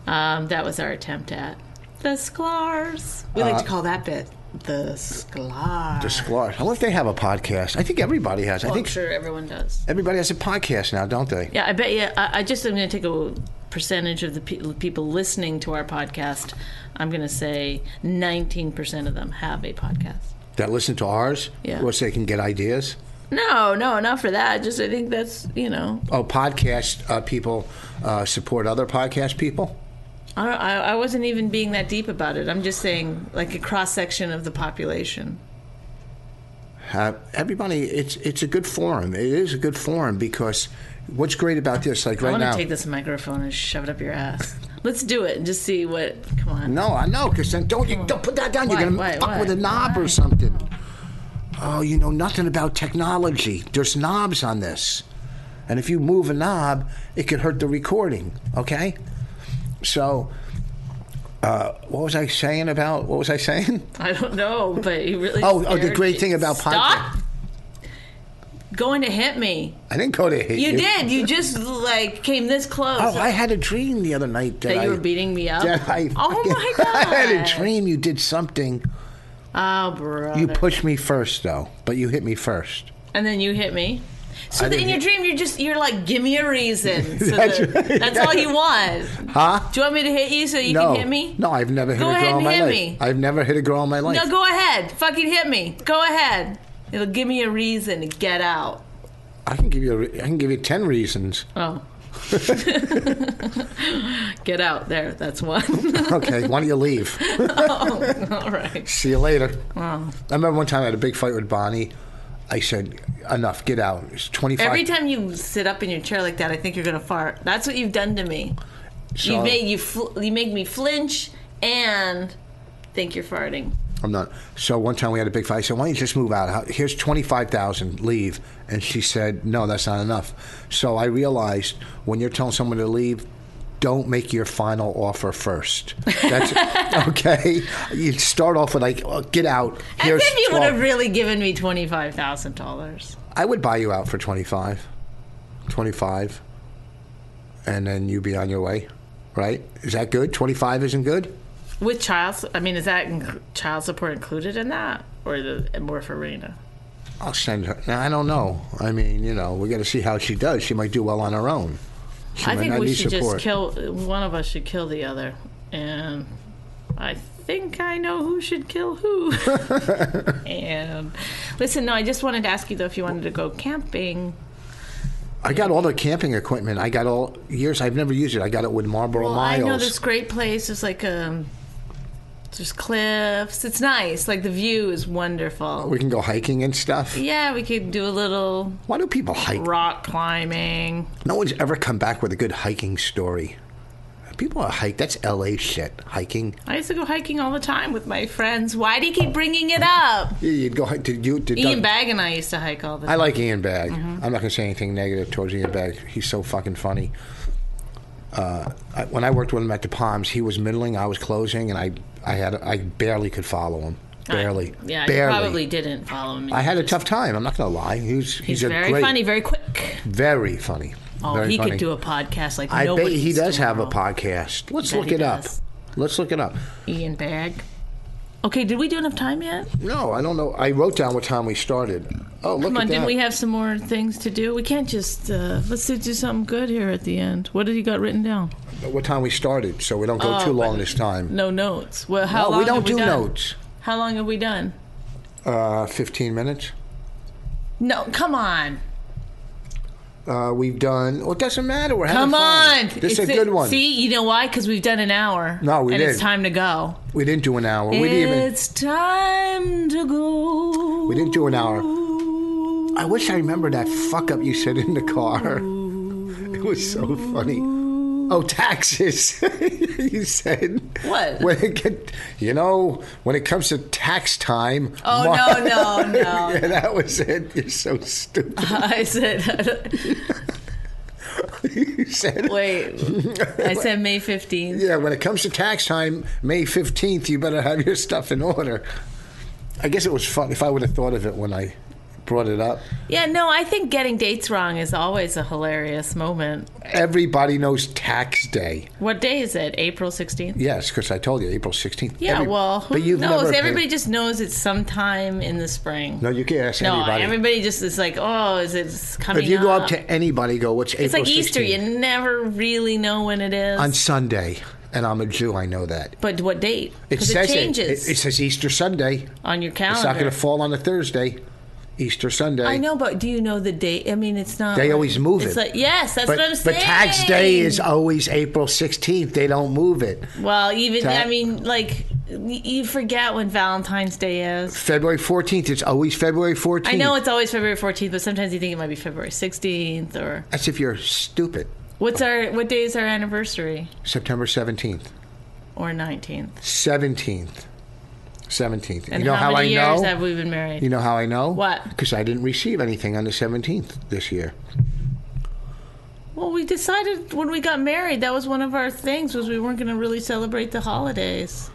Um, that was our attempt at the Sklars. We like to call that bit the Sklar. The Sklars. Uh, I wonder if they have a podcast. I think everybody has. I I'm think sure everyone does. everybody has a podcast now, don't they? Yeah, I bet you. I, I just am going to take a percentage of the pe- people listening to our podcast. I'm going to say 19% of them have a podcast. That listen to ours. Yeah. Or so they can get ideas. No, no, not for that. Just I think that's you know. Oh, podcast uh, people uh, support other podcast people. I, I I wasn't even being that deep about it. I'm just saying like a cross section of the population. Uh, everybody, it's it's a good forum. It is a good forum because what's great about this, like I right want to now. take this microphone and shove it up your ass. Let's do it and just see what. Come on. no, I know, because then don't you don't put that down. Why, You're gonna why, fuck why? with a knob or something. Oh, you know nothing about technology. There's knobs on this, and if you move a knob, it could hurt the recording. Okay, so. Uh, what was I saying about? What was I saying? *laughs* I don't know, but he really. Oh, oh, the scared great me. thing about Stop podcast. going to hit me. I didn't go to hit You you. did. You just like came this close. Oh, I had a dream the other night that, that you I- were beating me up. that I *laughs* oh my fucking- god! *laughs* I had a dream you did something. Oh, bro. You pushed me first though, but you hit me first. and then you hit me. So I that in didn't your hit- dream, you're just you're like, give me a *laughs* reason. So That's that's, right. that's all you want. Huh? Do you want me to hit you so you no. can hit me? No, I've never hit Go a ahead girl in and my hit life. me. I've never hit a girl in my life. No, go ahead. Fucking hit me. Go ahead. It'll give me a reason to get out. I can give you. A re- I can give you ten *laughs* reasons. Oh. get out there. That's one. *laughs* Oh, Okay, why don't you leave? All right. See you later. I remember one time I had a big fight with Bonnie. I said, "Enough, get out." It's twenty five. Every time you sit up in your chair like that, I think you're gonna fart. That's what you've done to me. So- you made you fl- you make me flinch and think you're farting. I'm not. So one time we had a big fight. I said, "Why don't you just move out? How- Here's twenty five thousand. Leave." And she said, "No, that's not enough." So I realized when you're telling someone to leave, don't make your final offer first. That's okay. You start off with like, oh, "Get out." As Here's if you would 12. have really given me twenty five thousand dollars. I would buy you out for 25. 25. And then you be on your way. Right? Is that good? 25 isn't good? With child, I mean, is that in- child support included in that, or the more for Rena? I'll send her. Now, I don't know. I mean, you know, we got to see how she does. She might do well on her own. She I might think not we need should support. just kill one of us should kill the other, and I think I know who should *laughs* kill who. and listen, no, I just wanted to ask you though if you wanted to go camping. I got all the camping equipment. I got all years. I've never used it. I got it with Marlboro Well, Miles. I know this great place. There's like um, there's cliffs. It's nice. Like the view is wonderful. We can go hiking and stuff. Yeah, we could do a little Why do people hike? rock climbing. No one's ever come back with a good hiking story. People are hike. That's LA shit. Hiking. I used to go hiking all the time with my friends. Why do you keep bringing it up? Yeah, You'd go hike. Did you? Did Ian Doug- Bag and I used to hike all the I time. like Ian Bag. Mm-hmm. I'm not going to say anything negative towards Ian Bag. He's so fucking funny. Uh, I, when I worked with him at the Palms, he was middling, I was closing, and I, I had, I barely could follow him. Barely. yeah, you barely. probably didn't follow me. I had a tough time. I'm not going to lie. He was, he's, He's a very great, funny, very quick. very funny. Oh, very he funny. could do a podcast like I bet nobody. he does have a podcast. Let's Bet look he it does. up. Let's look it up. Ian Bag. Okay, did we do enough time yet? No, I don't know. I wrote down what time we started. Oh, look Come at on, that. didn't we have some more things to do? We can't just uh, let's do do something good here at the end. What did he got written down? what time we started, so we don't go too long this time. No notes. Well, Oh, how Oh, long we don't have we do done? notes. How long have we done? Uh, 15 minutes. No, come on, Uh, we've done. Well, it doesn't matter. We're having come fun. on. This is It's a good one. See, you know why? Because we've done an hour. No, we and didn't. It's time to go. We didn't do an hour. We didn't even. it's time to go. We didn't do an hour. I wish I remembered that fuck up you said in the car. It was so funny. Oh, taxes! *laughs* you said What? When it get, you know, when it comes to tax time. Oh Mar- *laughs* no, no, no! yeah, that was it. You're so stupid. I said, *laughs* you said. wait. I said May fifteenth. Yeah, when it comes to tax time, May 15th, you better have your stuff in order. I guess it was fun if I would have thought of it when I brought it up. Yeah, no, I think getting dates wrong is always a hilarious moment. Everybody knows tax day. What day is it? April 16th? Yes, because I told you April 16th. Yeah, Every- well, who but you've knows? never everybody paid- just knows it's sometime in the spring. No, you can ask No, anybody. everybody just is like, oh, is it coming if you go up to anybody, go, what's It's April like Easter. 16th?" You never really know when it is. On Sunday, and I'm a Jew, I know that. but what date? It Because says it it. changes It, it says Easter Sunday. on your calendar. It's not going to fall on a Thursday. Easter Sunday. I know, but do you know the date? I mean, it's not. They always move it's it. Like, yes, that's But, what I'm but saying. tax day is always April 16th. They don't move it. Well, even Tax- I mean, like y- you forget when Valentine's Day is. February 14th. It's always February 14th. I know it's always February 14th, but sometimes you think it might be February 16th or That's if you're stupid. what's our what day is our anniversary September 17th. or 19th? 17th. 17th. And you know how, how, many I years know? have we been married? you know how I know? What? Because I didn't receive anything on the 17th this year. Well, we decided when we got married that was one of our things was we weren't going to really celebrate the holidays.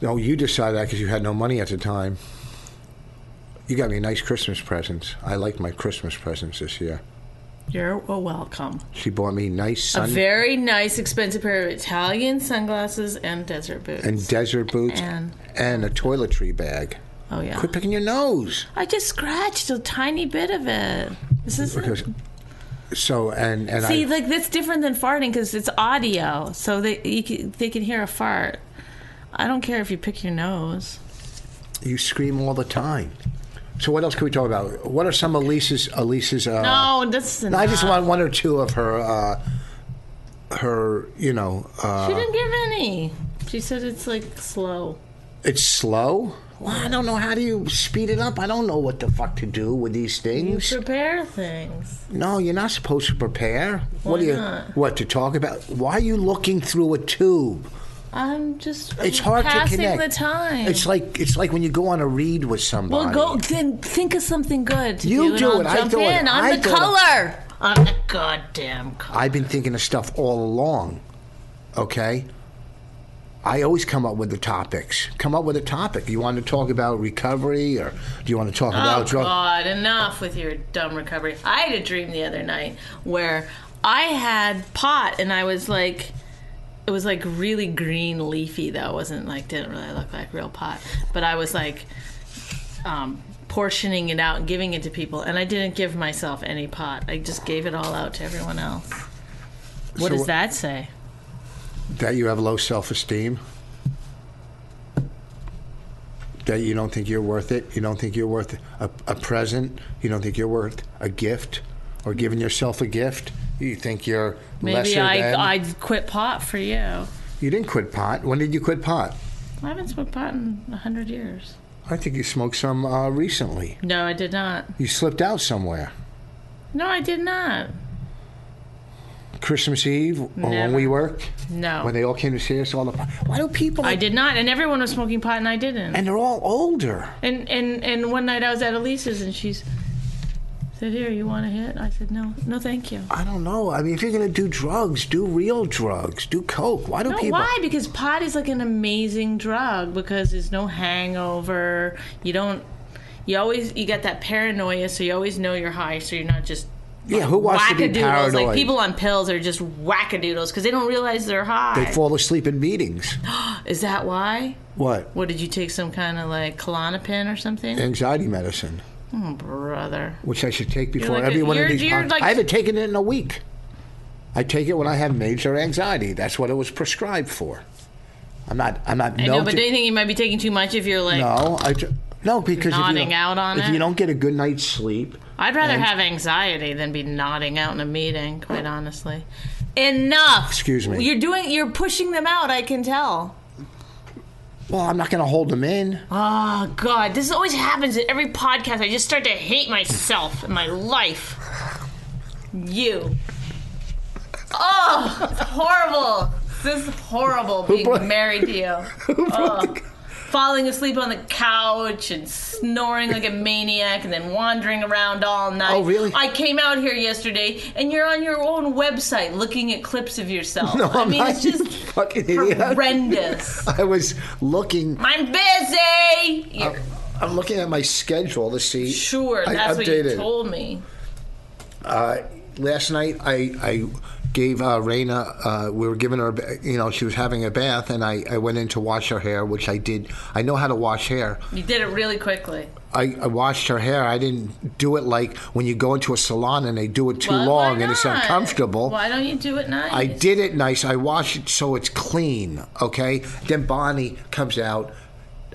No, you decided that because you had no money at the time. You got me nice Christmas presents. I like my Christmas presents this year. You're welcome. She bought me nice A sun very nice, expensive pair of Italian sunglasses and desert boots. and desert boots And- and a toiletry bag. oh yeah, Quit picking your nose. I just scratched a tiny bit of it. This is Because so and and see I like that's different than farting because it's audio, so they you can, they can hear a fart. I don't care if you pick your nose. you scream all the time. So what else can we talk about? What are some Elise's Elise's? Uh, No, that's I just enough. want one or two of her. Uh, her, you know, uh, She didn't give any. She said it's like slow. it's slow. Well, I don't know how do you speed it up. I don't know what the fuck to do with these You things. prepare things. No, you're not supposed to prepare. what Why do you? not? What to talk about? Why are you looking through a tube? I'm just. It's hard passing to connect. the time. It's like it's like when you go on a read with well, somebody. go then. Think of something good. To You do, do and it. I'll I jump do it. in. I'm I the do it. color. I'm the goddamn color. I've been thinking of stuff all along. Okay? I always come up with the topics. Come up with a topic. You want to talk about recovery or do you want to talk Oh about drug God! Enough with your dumb recovery. I had a dream the other night where I had pot, and I was like, it was like really green leafy though. It wasn't like didn't really look like real pot, but I was like um, portioning it out and giving it to people, and I didn't give myself any pot. I just gave it all out to everyone else. What So does that say? that you have low self-esteem? That you don't think you're worth it? You don't think you're worth a, a present? You don't think you're worth a gift or giving yourself a gift? You think you're Maybe lesser than? I I'd quit pot for you. I you didn't quit pot. When did you quit pot? haven't smoked pot in a hundred years. I think you smoked some uh, recently. No, I did not. You slipped out somewhere. No, I did not. Christmas Eve or when Never. we work, No. when they all came to see us all the why do people I did not, and everyone was smoking pot, and I didn't. and they're all older. And and and one night I was at Elisa's, and she's said, "Here, you want a hit?" I said, "No, no, thank you." I don't know. I mean if you're gonna do drugs, do real drugs. Do coke. Why do No, people why? Because pot is like an amazing drug because there's no hangover. You don't. You always you got that paranoia, so you always know you're high, so you're not just Yeah, who wants to be wackadoodles. paranoid? Like people on pills are just wackadoodles because they don't realize they're high. they fall asleep in *gasps* meetings. is that why? what? What did you take some kind of like Klonopin or something? Anxiety medicine, oh, brother. which I should take before like a- every one of you're- these. you're pod- like- I haven't taken it in a week. I take it when I have major anxiety. That's what it was prescribed for. I'm not. I'm not. I know, but do you think you might be taking too much if you're like? No, I ju- no because if you Nodding don't- out on if it? you don't get a good night's sleep, I'd rather have anxiety than be nodding out in a meeting. Quite honestly, enough. Excuse me. You're doing. You're pushing them out. I can tell. well, I'm not going to hold them in. Oh God, this always happens at every podcast. I just start to hate myself and my life. You. Oh, it's horrible. This is horrible being brought- married to *laughs* you. brought Oh. Falling asleep on the couch and snoring like a maniac and then wandering around all night. Oh, really? I came out here yesterday and you're on your own website looking at clips of *laughs* yourself. No, I I'm mean, not. it's you just fucking idiot. *laughs* horrendous. I was looking. I'm busy. You're- I'm looking at my schedule to see. Sure, I that's what you updated. told me. Uh, last night, I I gave uh, Raina. Uh, we were giving her. a ba- You know, she was having a bath, and I I went in to wash her hair, which I did. I know how to wash hair. You did it really quickly. I, I washed her hair. I didn't do it like when you go into a salon and they do it too Well, why long and it's not? uncomfortable. Why don't you do it nice? I did it nice. I wash it so it's clean, okay? Then Bonnie comes out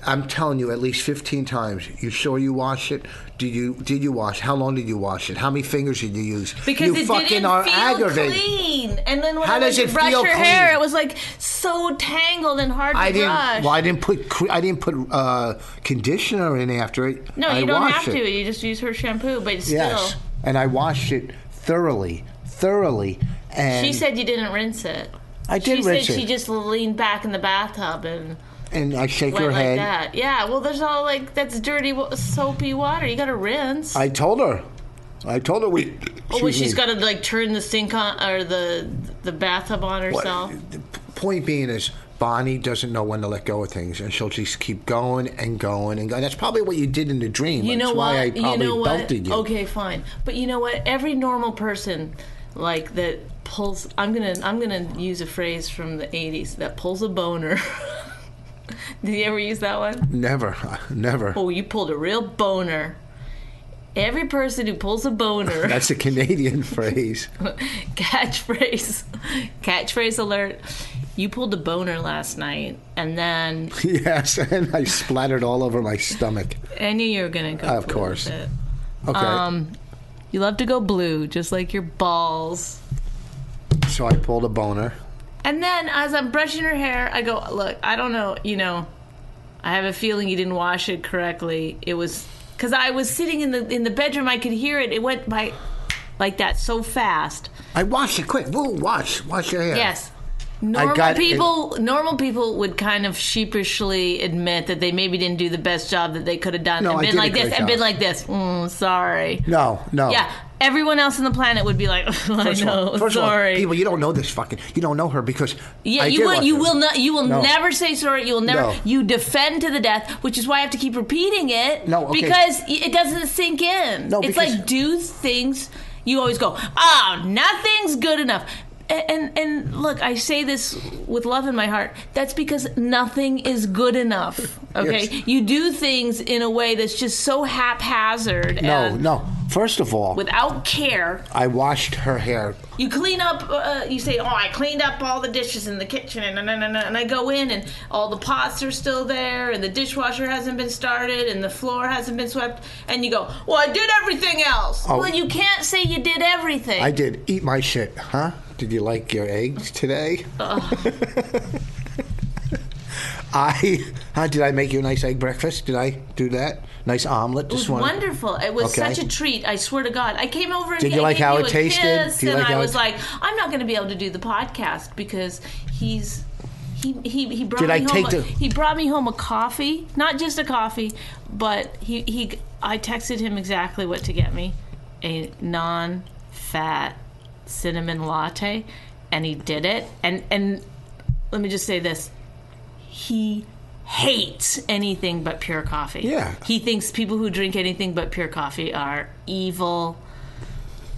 I'm telling you, at least 15 times. You sure you wash it? Did you did you wash? How long did you wash it? How many fingers did you use? Because you it fucking didn't are feel aggravated. clean. And then when How I went does to it brush feel her hair, clean? it was like so tangled and hard I to didn't. brush. Well, I didn't put cre- I didn't put uh, conditioner in after it. no, I you don't washed have it. to. You just use her shampoo, but still. Yes, and I washed it thoroughly, thoroughly. And She said you didn't rinse it. I did she rinse said it, she just leaned back in the bathtub and and I shake went her like head. that. Yeah, well, there's all like that's dirty, wa- soapy water. You gotta rinse. I told her. I told her we. oh, well, excuse she's me. gotta like turn the sink on or the the bathtub on But herself. The p- point being is, Bonnie doesn't know when to let go of things, and she'll just keep going and going and going. That's probably what you did in the dream. You That's know why what? I you probably know what? belted you. Okay, fine. But you know what? Every normal person, like that pulls. I'm gonna I'm gonna use a phrase from the '80s that pulls a boner. *laughs* Did you ever use that one? Never, *laughs* never. Oh, you pulled a real boner. Every person who pulls *laughs* a boner. That's a Canadian *laughs* phrase. catchphrase. Catchphrase alert. You pulled a boner last night, and then Yes, and I splattered all over my stomach. I knew you were gonna go. Of blue course. with it. Okay, Um, you love to go blue, just like your balls. so I pulled a boner. And then as I'm brushing her hair, I go, Look, I don't know, you know, I have a feeling you didn't wash it correctly. It was because I was sitting in the in the bedroom, I could hear it. It went by like that so fast. I washed it quick. Whoa, wash, wash your hair. Yes. Normal got it. people normal people would kind of sheepishly admit that they maybe didn't do the best job that they could have done No, and I been did a like this great and been job. like this. Mm, sorry. No, no. Yeah. Everyone else on the planet would be like, *laughs* I First of all- know, first of all, sorry. people, you don't know this fucking. You don't know her because. Yeah, I you did will. wash You it. will not. You will No. never say sorry. You will never. No. You defend to the death, which is why I have to keep repeating it. No, okay. because y- it doesn't sink in. No, it's because- like do things. You always go, oh, nothing's good enough. A- And and look, I say this with love in my heart. That's because nothing is good enough. *laughs* Okay, Yes. you do things in a way that's just so haphazard. No, and no. First of all, Without care, I washed her hair you clean up. Uh, you say, "Oh, I cleaned up all the dishes in the kitchen," and and, and and I go in, and all the pots are still there, and the dishwasher hasn't been started, and the floor hasn't been swept, and you go, "Well, I did everything else." Oh. Well, you can't say you did everything. I did. Eat my shit, huh? Did you like your eggs today? *laughs* I huh, did. I make you a nice egg breakfast. Did I do that? Nice omelet. it This was one. wonderful. It was Okay. such a treat. I swear to God, I came over and Did you I like gave how you it a tasted? Kiss, Do you and like I how it- was like, "I'm not going to be able to do the podcast because he's." He, he, he brought Did me I home take a, the- he brought me home a coffee not just a coffee but he, he I texted him exactly what to get me a non fat cinnamon latte and he did it and and let me just say this he hates anything but pure coffee Yeah. he thinks people who drink anything but pure coffee are evil.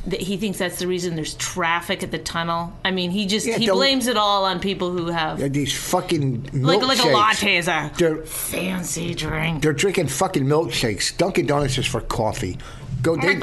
That he thinks that's the reason there's traffic at the tunnel. I mean, he just Yeah, he don't- blames it all on people who have Uh, These fucking like like a milkshakes. latte is a They're fancy drink. they're drinking fucking milkshakes. Dunkin' Donuts is for coffee. Go. They,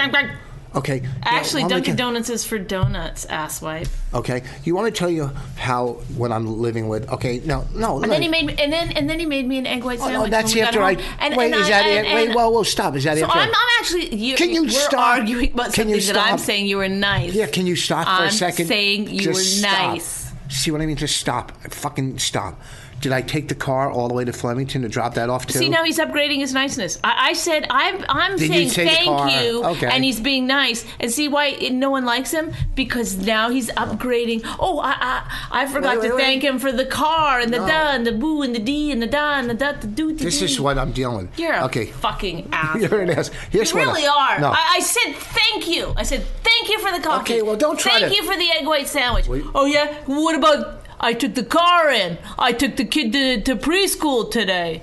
okay. now, Actually, let me Dunkin' tell- Donuts is for donuts, asswipe. Okay. You want to tell you how what I'm living with? Okay. No. No. And then he made me, and then and then he made me an egg white Oh, sandwich. no, that's when we got after I. home. And, wait, and is I- that and- it? Wait, and- whoa, whoa, stop. Is that So after I- I'm, I'm actually. You, Can you we're stop? arguing about Can something you that I'm stop? saying you were nice. Yeah, can you stop for I'm a second? saying you Just were stop. nice. See what I mean? Just stop. Fucking stop. Did I take the car all the way to Flemington to drop that off too? See now he's upgrading his niceness. I, I said I'm I'm Did you saying say the car? thank you, Okay. and he's being nice. And see why it- no one likes him because now he's upgrading. Oh, I I, I forgot Wait, wait, to wait. thank him for the car and the No. da and the boo and the d and the da and the da the do. This is what I'm dealing with. You're a okay. fucking ass. *laughs* You're an ass. Here's You what I- really are. No. I, I said thank you. I said thank you for the coffee. Okay, well, don't try Thank to- you for the egg white sandwich. Wait. Oh yeah. What about? I took the car in. I took the kid to, to preschool today.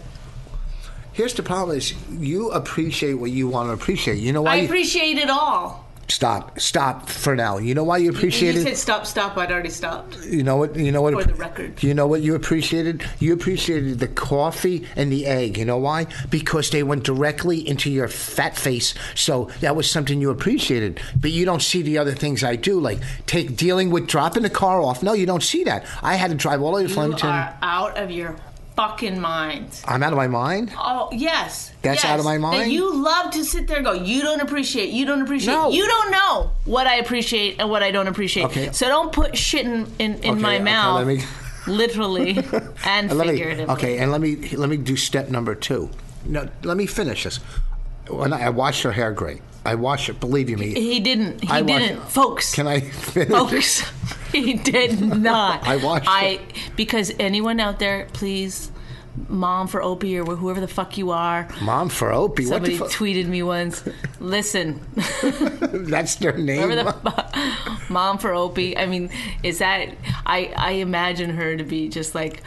Here's the problem: is you appreciate what you want to appreciate. You know why? I you- appreciate it all. stop. Stop for now. You know why you appreciate you it? said stop, stop. I'd already stopped. You know what? You know what? For the record. You know what you appreciated? You appreciated the coffee and the egg. You know why? Because they went directly into your fat face. So that was something you appreciated. But you don't see the other things I do, like take dealing with dropping the car off. No, you don't see that. I had to drive all the way to You Flemington. are out of your fucking mind. I'm out of my mind. Oh yes, That's yes. out of my That mind? you love to sit there and go. You don't appreciate. You don't appreciate. No. You don't know what I appreciate and what I don't appreciate. Okay. So don't put shit in in, in Okay, my okay, let mouth. me- *laughs* literally and And *laughs* let me- figuratively. okay, and let me let me do step number two. No, let me finish this. When I, I wash her hair gray, I wash it. Believe you me, He Oh, didn't. He I watch- didn't, folks. can I *laughs* finish? folks. he did *laughs* not. I watched I because anyone out there, please, mom for Opie or whoever the fuck you are. Mom for Opie. What Somebody the fuck? tweeted me once. Listen, *laughs* That's their name. Remember the *laughs* mom for Opie? I mean, is that I? I imagine her to be just like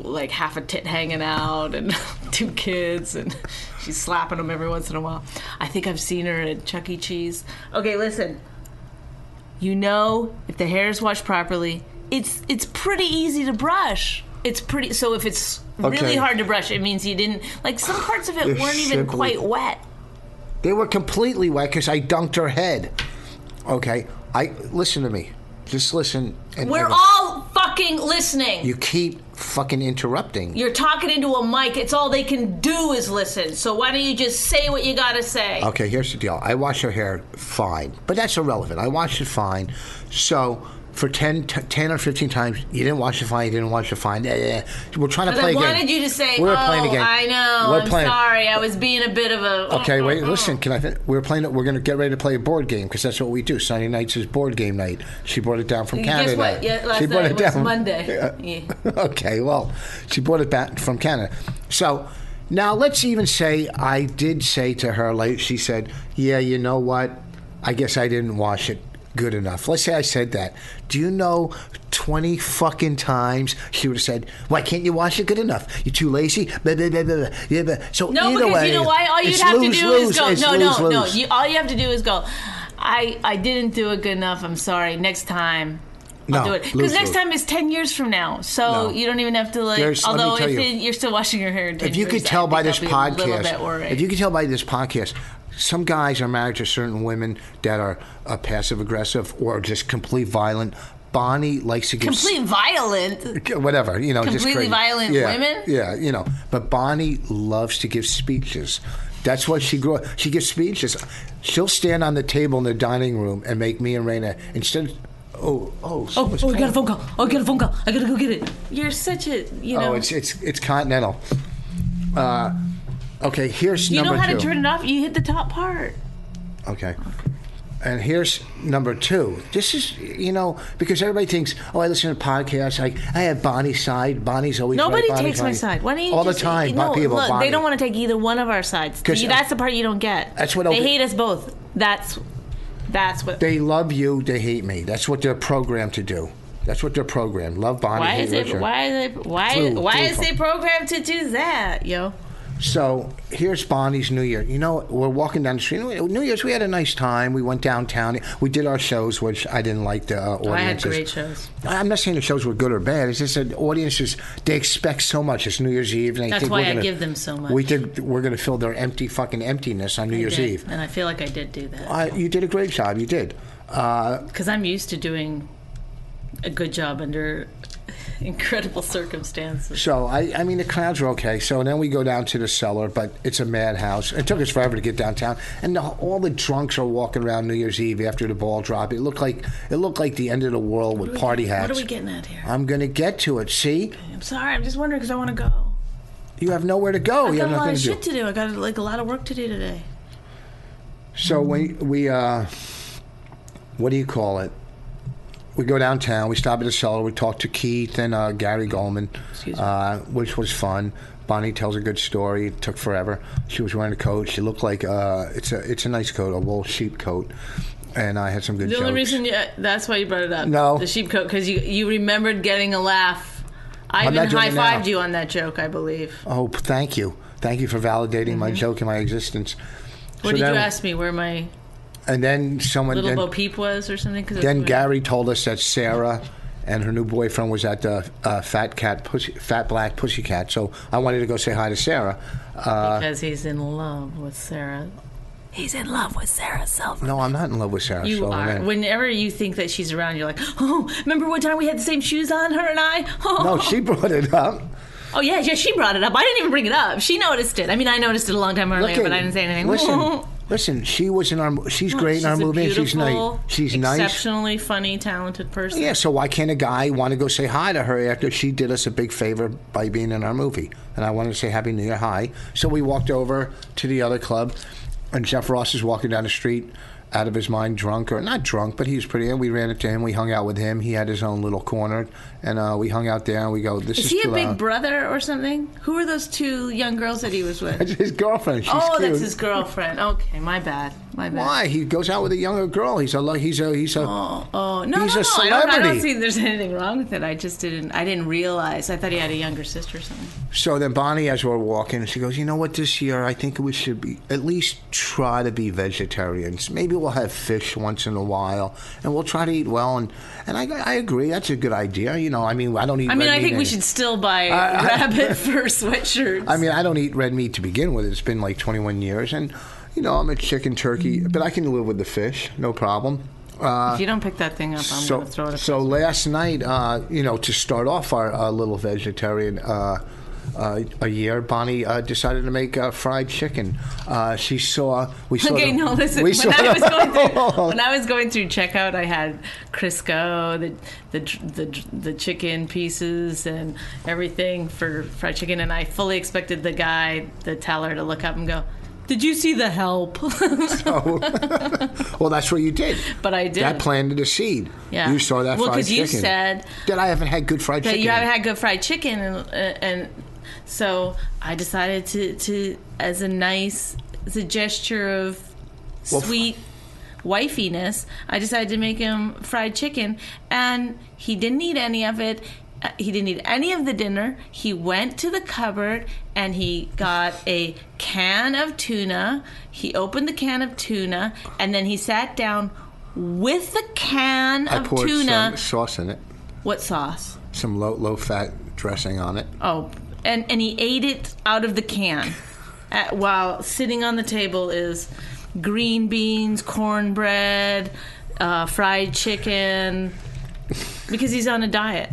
like half a tit hanging out and *laughs* two kids and *laughs* she's slapping them every once in a while. I think I've seen her at Chuck E. Cheese. Okay, listen. You know, if the hair is washed properly, it's it's pretty easy to brush. It's pretty. So if it's really Okay. hard to brush, it means you didn't like some parts of it They're weren't even simply- quite wet. They were completely wet because I dunked her head. Okay, I listen to me. Just listen. And, We're and- all fucking listening. You keep fucking interrupting. You're talking into a mic. It's all they can do is listen. So why don't you just say what you gotta say? Okay, here's the deal. I wash her hair fine, but that's irrelevant. I wash it fine. So for 10, t- 10 or 15 times, you didn't wash it fine, you didn't wash it fine. Eh, eh, eh. We're trying to But play I a game. wanted you to say, We're "Oh, playing a game. I know. We're I'm playing- Oh, sorry. I was being a oh, bit of a." Okay, wait, listen. Can I? Fin- we're playing. We're gonna get ready to play a board game because that's what we do. Sunday nights is board game night. She brought it down from Canada. Guess what? Yeah, last she brought night it was down Monday. Yeah. Yeah. *laughs* okay, well, she brought it back from Canada. So now let's even say I did say to her, like she said, yeah, you know what? I guess I didn't wash it good enough. Let's say I said that. Do you know 20 fucking times she would have said, why can't you wash it good enough? You're too lazy? Blah, blah, blah, blah, blah. Yeah, but, so No, either because way, you know why? All you'd it's have lose, to do lose. is go. It's no, lose, no, lose. no. You, all you have to do is go. I I didn't do it good enough. I'm sorry. Next time. I'll No, do it because Oh, lose, next lose. time is ten years from now, so No. you don't even have to like. There's- let me although tell if you. it, you're still washing your hair, 10 if you years, could I tell by think this I'll be a little bit podcast, worried. if you could tell by this podcast, some guys are married to certain women that are uh, passive aggressive or just complete violent. Bonnie likes to give s- complete violent. whatever you know, just Completely crazy. violent yeah, women? Yeah, you know, but Bonnie loves to give speeches. That's what she grew. She gives speeches. She'll stand on the table in the dining room and make me and Raina instead. Oh, oh, Oh, someone's oh, I got calling. a phone call. Oh, I got a phone call. I gotta go get it. You're such a, you Oh, know. it's it's it's continental. Uh, okay, here's you number know how two. to turn it off. You hit the top part. Okay. And here's number two. This is, you know, because everybody thinks, oh, I listen to podcasts. Like, I have Bonnie's side. Bonnie's always right, Nobody Bonnie's takes my right. side. Why don't you all just, the time? No, Bo- people, look, Bonnie. they don't want to take either one of our sides. 'Cause, You- uh, that's the part you don't get. that's what I'll they be- hate us both. That's that's what. They love you. They hate me. That's what they're programmed to do. That's what they're programmed. Love Bonnie. why hate is it? Richard. Why is it? Why? True, why true. is they programmed to do that? Yo. So here's Bonnie's New Year. You know, we're walking down the street. New Year's, we had a nice time. We went downtown. We did our shows, which I didn't like the uh, audiences. I had great shows. I'm not saying the shows were good or bad. It's just that audiences they expect so much. It's New Year's Eve. And they That's think why we're I gonna- give them so much. We think we're going to fill their empty fucking emptiness on New Year's Yeah, Eve. And I feel like I did do that Uh, you did a great job. You did. Uh, because I'm used to doing a good job under incredible circumstances. so I, I mean, the crowds were okay. So then we go down to the cellar, but it's a madhouse. It took us forever to get downtown, and the, all the drunks are walking around New Year's Eve after the ball drop. It looked like it looked like the end of the world with party hats. What are we getting at here? I'm going to get to it. See, I'm sorry. I'm just wondering because I want to go. you have nowhere to go. I you have nothing got a lot of to do. shit to do. I got like a lot of work to do today. So we we uh, what do you call it? We go downtown. We stop at a cellar. We talk to Keith and uh, Gary Goldman, uh, which was fun. Bonnie tells a good story. It took forever. She was wearing a coat. She looked like uh, it's a it's a nice coat, a wool sheep coat. And I had some good The jokes. only reason you, that's why you brought it up. No. the sheep coat because you you remembered getting a laugh. I I'm even not doing high it now. fived you on that joke, I believe. oh, p- thank you, thank you for validating my joke and my existence. Mm-hmm. What did you ask me? Where my And then someone little then, Bo Peep was, or something? Cause Then it's- Gary told us that Sarah and her new boyfriend was at the uh, Fat Cat Pussy, Fat Black Pussycat. So I wanted to go say hi to Sarah. Uh, because he's in love with Sarah. He's in love with Sarah Silver. no, I'm not in love with Sarah. You so are. man. Whenever you think that she's around, you're like, oh, remember one time we had the same shoes on, her and I? no, she brought it up. Oh yeah, yeah. She brought it up. I didn't even bring it up. She noticed it. I mean, I noticed it a long time earlier, Look but at- I didn't say anything. *laughs* Listen, listen. She was in our. mo- She's great in our a movie. and She's nice. beautiful, She's nice. Exceptionally funny, talented person. Yeah. So why can't a guy want to go say hi to her after she did us a big favor by being in our movie? And I wanted to say Happy New Year, hi. So we walked over to the other club, and Jeff Ross is walking down the street. Out of his mind, drunk or not drunk, but he was pretty. We ran into him. We hung out with him. He had his own little corner, and uh, we hung out there. And we go, "This is, Is he too a big loud." *laughs* brother or something? Who are those two young girls that he was with? That's his girlfriend. She's Oh, cute. that's his girlfriend. Okay, my bad. My bad. Why he goes out with a younger girl? He's a lo- he's a he's a Oh, oh no, He's a no, no. I, don't, I celebrity. don't see there's *laughs* anything wrong with it. I just didn't. I didn't realize. I thought he had a younger sister or something. So then Bonnie, as we're walking, she goes, "You know what? This year, I think we should be at least try to be vegetarians. Maybe we'll have fish once in a while, and we'll try to eat well." And and I, I agree, that's a good idea. You know, I mean, I don't eat. I mean, red I meat think we any- should still buy I- rabbit *laughs* fur sweatshirts. I mean, I don't eat red meat to begin with. It's been like 21 years, and you know, I'm a chicken turkey, but I can live with the fish, no problem. Uh, if you don't pick that thing up, I'm so gonna throw it. so last night, uh, you know, to start off our, uh little vegetarian uh, uh, a year, Bonnie uh, decided to make uh, fried chicken. Uh, she saw we saw Okay, the- no, listen. we When saw I, the- Oh, was *laughs* going through, when I was going through checkout, I had Crisco, the the the the chicken pieces, and everything for fried chicken, and I fully expected the guy, the teller, to look up and go. Did you see the help? *laughs* well, that's what you did. but I did. That planted a seed. Yeah. You saw that Well, fried 'cause you chicken. said that I haven't had good fried that chicken. you haven't had good fried chicken, and uh, and so I decided to to as a nice as a gesture of Well, f- sweet wifiness, I decided to make him fried chicken, and he didn't eat any of it. Uh, He didn't eat any of the dinner. He went to the cupboard and he got a can of tuna. He opened the can of tuna and then he sat down with the can I of poured tuna. some sauce in it, What sauce? some low low fat dressing on it. Oh, and and he ate it out of the can, uh, while sitting on the table is green beans, cornbread, uh, fried chicken, because he's on a diet.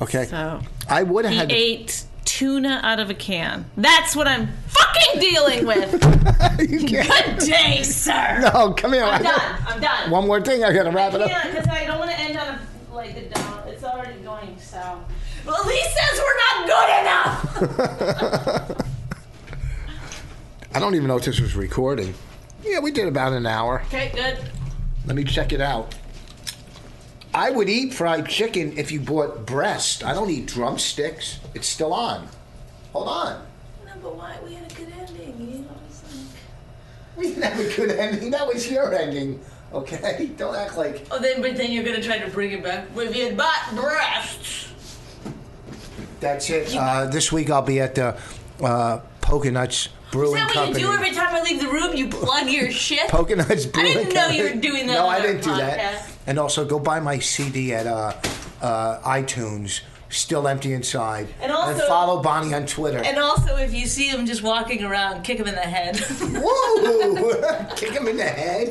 Okay, So I would have he had. to- ate tuna out of a can. That's what I'm fucking dealing with. *laughs* you can't. *laughs* Good day, sir. No, come here. I'm done. I'm done. One more thing. I gotta wrap it up. Yeah, because I don't want to end on a, like a down. It's already going south. Well, Lee says we're not good enough. *laughs* I don't even know if this was recording. Yeah, we did about an hour. Okay, good. Let me check it out. I would eat fried chicken if you bought breast. I don't eat drumsticks. It's still on. Hold on. *laughs* No, but why? We had a good ending. You know, it's like... We didn't have a good ending. That was your ending. Okay? *laughs* Don't act like. Oh, then, but then you're gonna try to bring it back with your butt breasts. That's it. Uh, this week I'll be at the uh, Poconuts Is Brewing that what Company. you do every time I leave the room? You plug your shit. Poconuts Brewing didn't know Company. you were doing that No, on I our didn't do that. podcast. And also, go buy my CD at uh, uh, iTunes. Still empty inside. And also- follow Bonnie on Twitter. And also, if you see him just walking around, kick him in the head. Whoa! *laughs* Kick him in the head.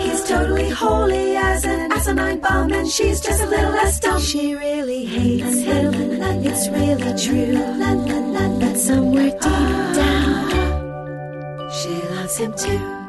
He's totally holy as an asinine bomb, and she's just a little less dumb. She really hates him. It's really true that somewhere deep down, she loves him too.